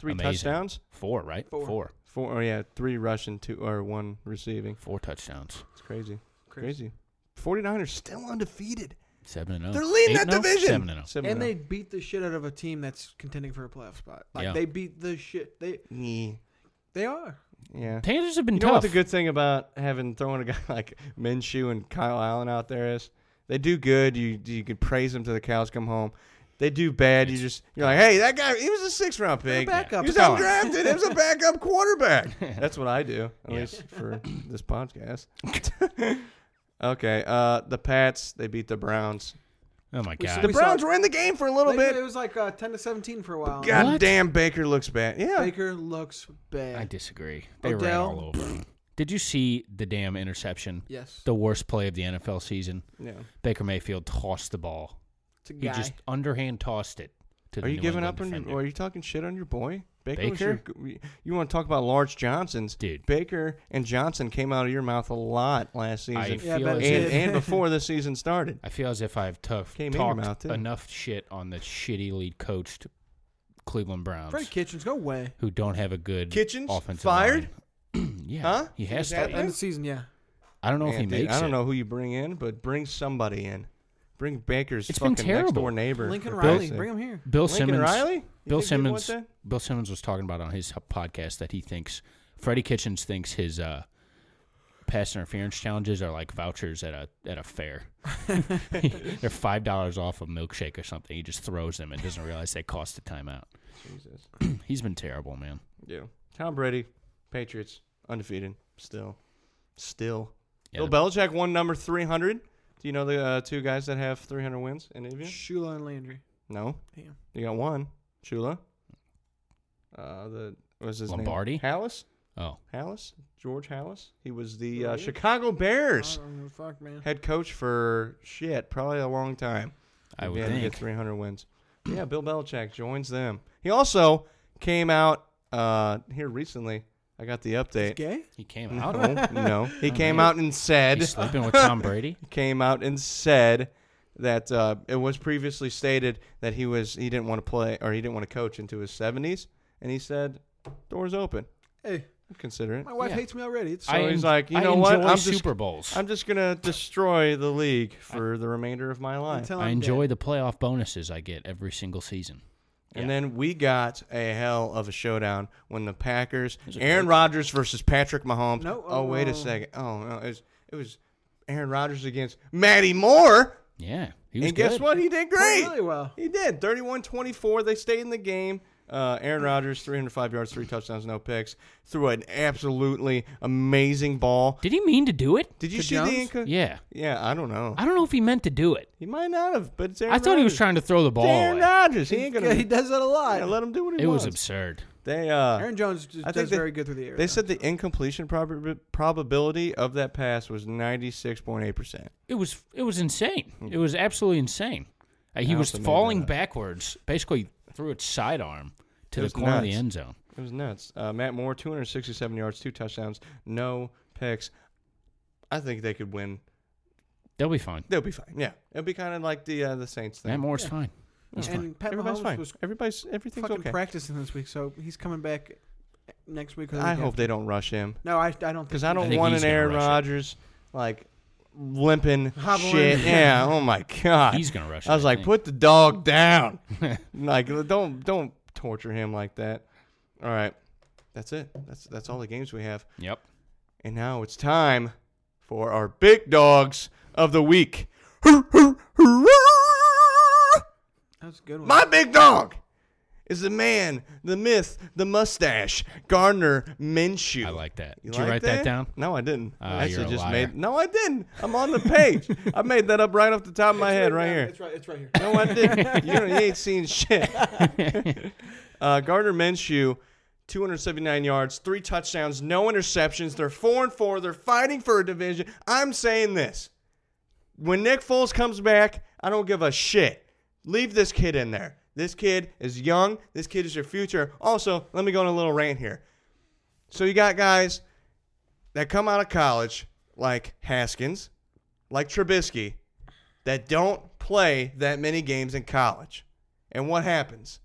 Speaker 5: three
Speaker 6: Amazing.
Speaker 5: touchdowns.
Speaker 6: Four, right?
Speaker 7: Four.
Speaker 6: Four.
Speaker 5: Four, oh yeah, three rushing, two or one receiving.
Speaker 6: Four touchdowns.
Speaker 5: It's crazy.
Speaker 7: Crazy.
Speaker 5: Crazy. 49ers still undefeated.
Speaker 6: 7 and 0.
Speaker 5: They're leading
Speaker 6: Eight
Speaker 5: that
Speaker 6: and oh?
Speaker 5: division.
Speaker 6: 7 and 0.
Speaker 5: Seven
Speaker 7: And they beat the shit out of a team that's contending for a playoff spot. Like
Speaker 6: Yeah.
Speaker 7: they beat the shit. They
Speaker 5: Yeah.
Speaker 7: they are.
Speaker 5: yeah.
Speaker 6: Panthers have been
Speaker 5: You know
Speaker 6: tough.
Speaker 5: what the good thing about having throwing a guy like Minshew and Kyle Allen out there is? They do good. You you could praise them till the cows come home. They do bad. You just you're like, hey, that guy. He was a six round pick.
Speaker 7: backup
Speaker 5: he was
Speaker 7: talent."
Speaker 5: undrafted. he was a backup quarterback. That's what I do, at least for this podcast. okay. Uh, the Pats. They beat the Browns.
Speaker 6: oh my
Speaker 7: We-
Speaker 6: god.
Speaker 5: The
Speaker 7: we- saw-
Speaker 5: Browns were in the game for a little
Speaker 7: They-
Speaker 5: bit.
Speaker 7: It was like uh, ten to seventeen for a while.
Speaker 5: God
Speaker 6: What?
Speaker 5: damn, Baker looks bad. Yeah.
Speaker 7: Baker looks bad.
Speaker 6: I disagree. They ran
Speaker 7: Odell.
Speaker 6: all over. 'em. Did you see the damn interception?
Speaker 7: Yes.
Speaker 6: The worst play of the NFL season.
Speaker 5: Yeah.
Speaker 6: Baker Mayfield tossed the ball.
Speaker 7: It's a
Speaker 6: He
Speaker 7: guy.
Speaker 6: just underhand tossed it to the
Speaker 5: Are you
Speaker 6: New
Speaker 5: giving
Speaker 6: England
Speaker 5: up on?
Speaker 6: defender.
Speaker 5: Or are you talking shit on your boy Baker? was
Speaker 6: Baker?
Speaker 5: your- you want to talk about large Johnson's?
Speaker 6: Dude.
Speaker 5: Baker and Johnson came out of your mouth a lot last season,
Speaker 6: I
Speaker 5: and
Speaker 7: Yeah,
Speaker 6: feel
Speaker 7: but
Speaker 6: as
Speaker 7: it
Speaker 6: if-
Speaker 5: and,
Speaker 7: did.
Speaker 5: before the season started.
Speaker 6: I feel as if I've tough,
Speaker 5: Came in your mouth,
Speaker 6: talked
Speaker 5: didn't it?
Speaker 6: enough shit on the shittily coached Cleveland Browns,
Speaker 7: Freddie Kitchens, go away.
Speaker 6: who don't have a good
Speaker 5: Kitchens
Speaker 6: offensive
Speaker 5: fired?
Speaker 6: line. yeah,
Speaker 5: Huh?
Speaker 6: he has
Speaker 5: Is
Speaker 6: to.
Speaker 5: that
Speaker 6: be.
Speaker 7: End of season, yeah.
Speaker 6: I don't know if
Speaker 5: Man,
Speaker 6: he
Speaker 5: dude,
Speaker 6: makes
Speaker 5: I don't
Speaker 6: it.
Speaker 5: know who you bring in, but bring somebody in. Bring Baker's
Speaker 6: It's been
Speaker 5: fucking next
Speaker 6: terrible.
Speaker 5: door neighbor.
Speaker 7: Lincoln
Speaker 5: for
Speaker 7: Riley,
Speaker 5: Christ's sake.
Speaker 7: bring him here.
Speaker 6: Bill
Speaker 5: Lincoln
Speaker 6: Simmons.
Speaker 5: Riley? You
Speaker 6: Bill
Speaker 5: think they'd want
Speaker 6: Simmons.
Speaker 5: that?
Speaker 6: Bill Simmons was talking about on his podcast that he thinks Freddie Kitchens thinks his uh, pass interference challenges are like vouchers at a at a fair. They're five dollars off a milkshake or something. He just throws them and doesn't realize they cost a timeout.
Speaker 5: Jesus.
Speaker 6: He's been terrible, man.
Speaker 5: Yeah. Tom Brady, Patriots, undefeated still, still.
Speaker 6: Yeah,
Speaker 5: Bill
Speaker 6: the-
Speaker 5: Belichick won number three hundred. Do you know the uh, two guys that have three hundred wins? Any of you?
Speaker 7: Shula and Landry.
Speaker 5: No.
Speaker 7: Damn.
Speaker 5: You got one. Shula. Uh, the what was his
Speaker 6: Lombardi?
Speaker 5: name? Hallis.
Speaker 6: Oh,
Speaker 5: Hallis. George Hallis. He was the
Speaker 7: Who
Speaker 5: uh,
Speaker 7: are you?
Speaker 5: Chicago Bears
Speaker 7: I don't know, fuck, man.
Speaker 5: head coach for shit, probably a long time.
Speaker 6: I
Speaker 5: If
Speaker 6: would
Speaker 5: he had to
Speaker 6: think.
Speaker 5: get three hundred wins. yeah, Bill Belichick joins them. He also came out uh, here recently. I got the
Speaker 7: He's
Speaker 5: update.
Speaker 7: gay?
Speaker 6: He came out.
Speaker 5: No, no. He
Speaker 6: Oh,
Speaker 5: came
Speaker 6: man.
Speaker 5: out and said
Speaker 6: He's sleeping with Tom Brady.
Speaker 5: came out and said that uh, it was previously stated that he was he didn't want to play or he didn't want to coach into his 70s, and he said, "Doors open,
Speaker 7: Hey,
Speaker 5: consider it."
Speaker 7: my wife
Speaker 6: Yeah.
Speaker 7: hates me already. It's
Speaker 5: So
Speaker 6: I
Speaker 5: he's
Speaker 6: en-
Speaker 5: like, "You
Speaker 6: I
Speaker 5: know what?
Speaker 6: enjoy
Speaker 5: I'm
Speaker 6: Super
Speaker 5: just,
Speaker 6: Bowls.
Speaker 5: I'm just gonna destroy the league for the remainder of my life."
Speaker 7: Tell
Speaker 6: I
Speaker 7: him
Speaker 6: enjoy
Speaker 7: that.
Speaker 6: the playoff bonuses I get every single season.
Speaker 5: And then we got a hell of a showdown when the Packers, Aaron Rodgers versus Patrick Mahomes.
Speaker 7: No,
Speaker 5: oh, wait
Speaker 7: oh.
Speaker 5: a second. Oh no, it was, it was Aaron Rodgers against Matty Moore.
Speaker 6: Yeah, he was
Speaker 5: And guess
Speaker 6: good.
Speaker 5: what? He did
Speaker 7: Played
Speaker 5: great.
Speaker 7: really well.
Speaker 5: He did. 31 24. They stayed in the game. Uh, Aaron Rodgers, 305 yards, three touchdowns, no picks. Threw an absolutely amazing ball.
Speaker 6: Did he mean to do it?
Speaker 5: Did you
Speaker 7: To
Speaker 5: see
Speaker 7: Jones?
Speaker 5: the Inca?
Speaker 6: Yeah,
Speaker 5: Yeah, I don't know.
Speaker 6: I don't know if he meant to do it.
Speaker 5: He might not have, but it's Aaron
Speaker 6: I thought he was
Speaker 5: Rodgers.
Speaker 6: trying to throw the ball.
Speaker 5: It's Aaron
Speaker 6: away.
Speaker 5: Rodgers. He ain't going
Speaker 7: Yeah, he
Speaker 5: to.
Speaker 7: does that a lot.
Speaker 5: let him do what he
Speaker 6: It was
Speaker 5: wants.
Speaker 6: absurd.
Speaker 5: They, uh,
Speaker 7: Aaron Jones just
Speaker 5: I think
Speaker 7: does
Speaker 5: they-
Speaker 7: very good through the air.
Speaker 5: They said the incompletion prob- probability of that pass was 96.8%.
Speaker 6: It was it was insane. It was absolutely insane. Uh, he
Speaker 5: Hmm. I
Speaker 6: was
Speaker 5: also made
Speaker 6: falling
Speaker 5: that up.
Speaker 6: backwards, basically threw its sidearm
Speaker 5: It
Speaker 6: to the
Speaker 5: was
Speaker 6: corner of the
Speaker 5: nuts.
Speaker 6: end zone.
Speaker 5: It was nuts. Uh, Matt Moore, 267 yards, two touchdowns, no picks. I think they could win
Speaker 6: They'll be fine.
Speaker 5: They'll be fine. Yeah, it'll be kind of like the uh, the Saints thing.
Speaker 6: Matt Moore's fine. He's fine.
Speaker 7: and Pat
Speaker 5: Everybody's
Speaker 7: Mahomes
Speaker 5: fine.
Speaker 7: was
Speaker 5: Everybody's everything's
Speaker 7: fucking
Speaker 5: okay.
Speaker 7: practicing this week, so he's coming back next week. Or the
Speaker 5: I
Speaker 7: week
Speaker 5: hope
Speaker 7: after.
Speaker 5: they don't rush him
Speaker 7: No, I, I don't think
Speaker 5: because I
Speaker 7: he
Speaker 5: don't
Speaker 6: think
Speaker 5: want
Speaker 6: he's
Speaker 5: an
Speaker 6: gonna
Speaker 5: Aaron
Speaker 6: rush it.
Speaker 5: Rodgers like limping
Speaker 7: Hobbling.
Speaker 5: shit. Yeah. Oh my god.
Speaker 6: He's gonna rush
Speaker 5: I was
Speaker 6: it, I
Speaker 5: like,
Speaker 6: think.
Speaker 5: put the dog down. like, don't don't torture him like that. All right, that's it. That's that's all the games we have.
Speaker 6: Yep.
Speaker 5: And now it's time for our big dogs of the week.
Speaker 7: That's a good one.
Speaker 5: My big dog is the man, the myth, the mustache, Gardner Minshew.
Speaker 6: I like that.
Speaker 5: You
Speaker 6: Did you
Speaker 5: like
Speaker 6: write that down?
Speaker 5: No, I didn't.
Speaker 6: Ah,
Speaker 5: I actually
Speaker 6: you're a
Speaker 5: just
Speaker 6: liar.
Speaker 5: made. No, I didn't. I'm on the page. I made that up right off the top of my head, right here.
Speaker 7: It's right. It's right here.
Speaker 5: No, I didn't. you, don't- you ain't seen shit. uh, Gardner Minshew, 279 yards, three touchdowns, no interceptions. They're four and four. They're fighting for a division. I'm saying this: when Nick Foles comes back, I don't give a shit. Leave this kid in there. This kid is young. This kid is your future. Also, let me go on a little rant here. So you got guys that come out of college like Haskins, like Trubisky, that don't play that many games in college. And what happens?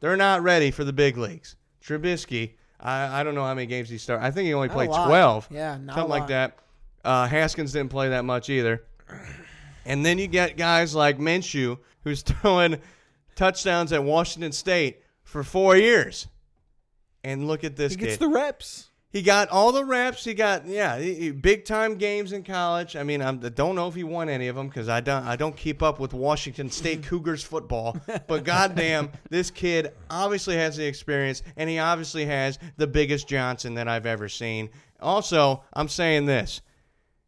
Speaker 5: They're not ready for the big leagues. Trubisky, I, I don't know how many games he started. I think he only
Speaker 7: Not a
Speaker 5: played
Speaker 7: lot.
Speaker 5: 12.
Speaker 7: Yeah, not a
Speaker 5: Something like
Speaker 7: lot.
Speaker 5: that. Uh, Haskins didn't play that much either. And then you get guys like Minshew, who's throwing touchdowns at Washington State for four years. And look at this
Speaker 7: He gets
Speaker 5: kid.
Speaker 7: the reps.
Speaker 5: He got all the reps. He got yeah, he- he- big time games in college. I mean, I'm, I don't know if he won any of them because I don't I don't keep up with Washington State Cougars football. But goddamn, this kid obviously has the experience, and he obviously has the biggest Johnson that I've ever seen. Also, I'm saying this: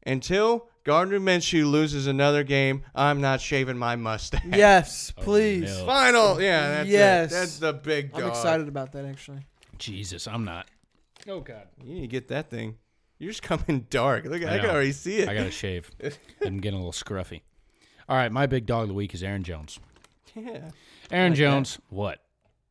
Speaker 5: until Gardner Minshew loses another game, I'm not shaving my mustache.
Speaker 7: Yes, please.
Speaker 6: Oh, no.
Speaker 5: Final, yeah, that's it.
Speaker 7: Yes.
Speaker 5: That's the big dog.
Speaker 7: I'm excited about that actually.
Speaker 6: Jesus, I'm not. Oh God,
Speaker 5: You need to get that thing. You're just coming dark. Look, I,
Speaker 6: know.
Speaker 5: can already see it.
Speaker 6: I gotta shave. I'm getting a little scruffy. All right, my big dog of the week is Aaron Jones.
Speaker 5: Yeah.
Speaker 6: Aaron Jones, what?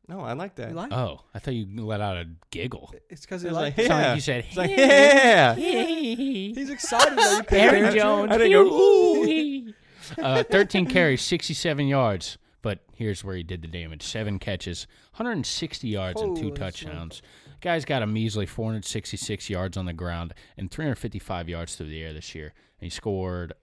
Speaker 5: No, I like that.
Speaker 7: You like?
Speaker 6: Oh, I thought you let out a giggle.
Speaker 7: It's because he
Speaker 5: It's
Speaker 7: likes.
Speaker 5: like,
Speaker 6: Sounded like
Speaker 5: yeah.
Speaker 6: you said,
Speaker 5: It's like, yeah.
Speaker 7: He's excited that you picked
Speaker 6: Aaron
Speaker 7: Aaron
Speaker 6: Jones.
Speaker 5: I didn't go,
Speaker 6: Ooh-wee. uh, 13 carries, 67 yards. But here's where he did the damage. Seven catches, 160 yards, and two
Speaker 7: Holy
Speaker 6: touchdowns. Guy's got a measly 466 yards on the ground and 355 yards through the air this year. And he scored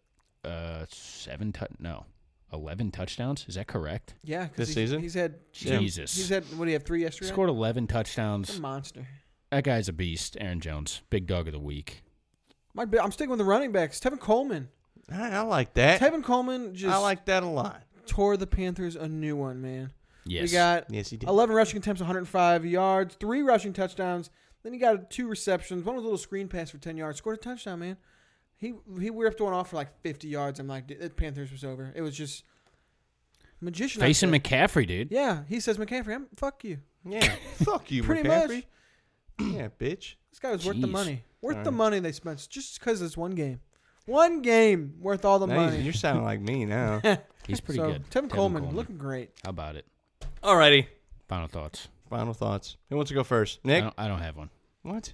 Speaker 6: uh, seven, tou- no, 11 touchdowns. Is that correct?
Speaker 7: Yeah, 'cause
Speaker 5: This
Speaker 7: he's,
Speaker 5: season?
Speaker 7: he's had
Speaker 6: Yeah. Jesus.
Speaker 7: He's had what do you have three yesterday?
Speaker 6: Scored 11
Speaker 7: He's
Speaker 6: touchdowns.
Speaker 7: a monster.
Speaker 6: That guy's a beast. Aaron Jones, big dog of the week.
Speaker 7: My, bi- I'm sticking with the running backs. Tevin Coleman.
Speaker 5: I, I like that.
Speaker 7: Tevin Coleman just
Speaker 5: I like that a lot.
Speaker 7: tore the Panthers a new one, man.
Speaker 6: Yes.
Speaker 7: We got
Speaker 5: Yes, he did.
Speaker 7: 11 rushing attempts, 105 yards, three rushing touchdowns. Then he got two receptions, one was a little screen pass for 10 yards, scored a touchdown, man. He he ripped one off for like 50 yards. I'm like, dude, the Panthers was over. It was just magician. out
Speaker 6: Facing
Speaker 7: there.
Speaker 6: McCaffrey, dude.
Speaker 7: Yeah, he says McCaffrey, I'm fuck you.
Speaker 5: Yeah. Fuck you,
Speaker 7: Pretty
Speaker 5: McCaffrey.
Speaker 7: much.
Speaker 5: Yeah, bitch.
Speaker 7: This guy was worth the
Speaker 6: Jeez.
Speaker 7: money. Worth the money they spent just because it's one game. One game worth all the
Speaker 5: Now
Speaker 7: money.
Speaker 5: you- you're sounding like me now.
Speaker 6: He's pretty
Speaker 7: so,
Speaker 6: good.
Speaker 7: Tevin, Coleman, looking great.
Speaker 6: How about it?
Speaker 5: Alrighty.
Speaker 6: Final thoughts.
Speaker 5: Final thoughts. Who wants to go first?
Speaker 6: I
Speaker 5: Nick.
Speaker 6: don't, I don't have one.
Speaker 5: What?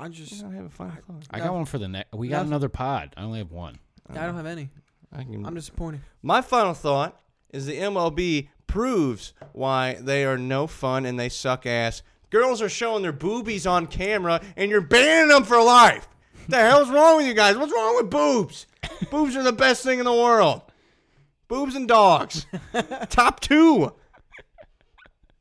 Speaker 7: I
Speaker 5: You
Speaker 7: just
Speaker 5: don't have a final thought.
Speaker 6: I
Speaker 7: Nothing.
Speaker 6: got one for the next. We got
Speaker 7: Nothing.
Speaker 6: another pod. I only have one.
Speaker 7: I don't have any.
Speaker 5: I can.
Speaker 7: I'm disappointed.
Speaker 5: My final thought is the MLB proves why they are no fun and they suck ass. Girls are showing their boobies on camera and you're banning them for life. The hell's wrong with you guys? What's wrong with boobs? boobs are the best thing in the world. Boobs and dogs. Top two.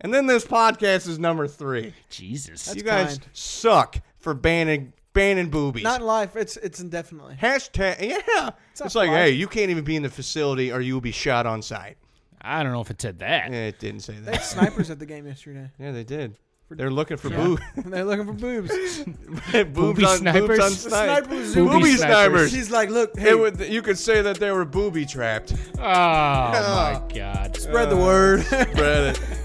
Speaker 5: And then this podcast is number three.
Speaker 6: Jesus.
Speaker 7: That's
Speaker 5: you guys
Speaker 7: kind.
Speaker 5: suck for banning banning boobies.
Speaker 7: Not in life. It's it's indefinitely.
Speaker 5: Hashtag yeah. It's,
Speaker 7: not
Speaker 5: like,
Speaker 7: polite.
Speaker 5: hey, you can't even be in the facility or you will be shot on sight.
Speaker 6: I don't know if it said that.
Speaker 5: Yeah, it didn't say
Speaker 7: They had
Speaker 5: that.
Speaker 7: snipers at the game yesterday.
Speaker 5: yeah, they did. They're looking for
Speaker 7: Yeah. They're looking for boobs.
Speaker 5: boob, boobs on
Speaker 6: snipers?
Speaker 5: boobs on
Speaker 6: The
Speaker 5: snipe.
Speaker 7: sniper was
Speaker 6: zooming.
Speaker 5: Boobie
Speaker 6: Boobie snipers.
Speaker 5: snipers.
Speaker 7: She's like, look, hey,
Speaker 5: It would, you could say that they were booby trapped.
Speaker 6: Oh my God.
Speaker 5: Uh,
Speaker 7: spread the word.
Speaker 5: Spread it.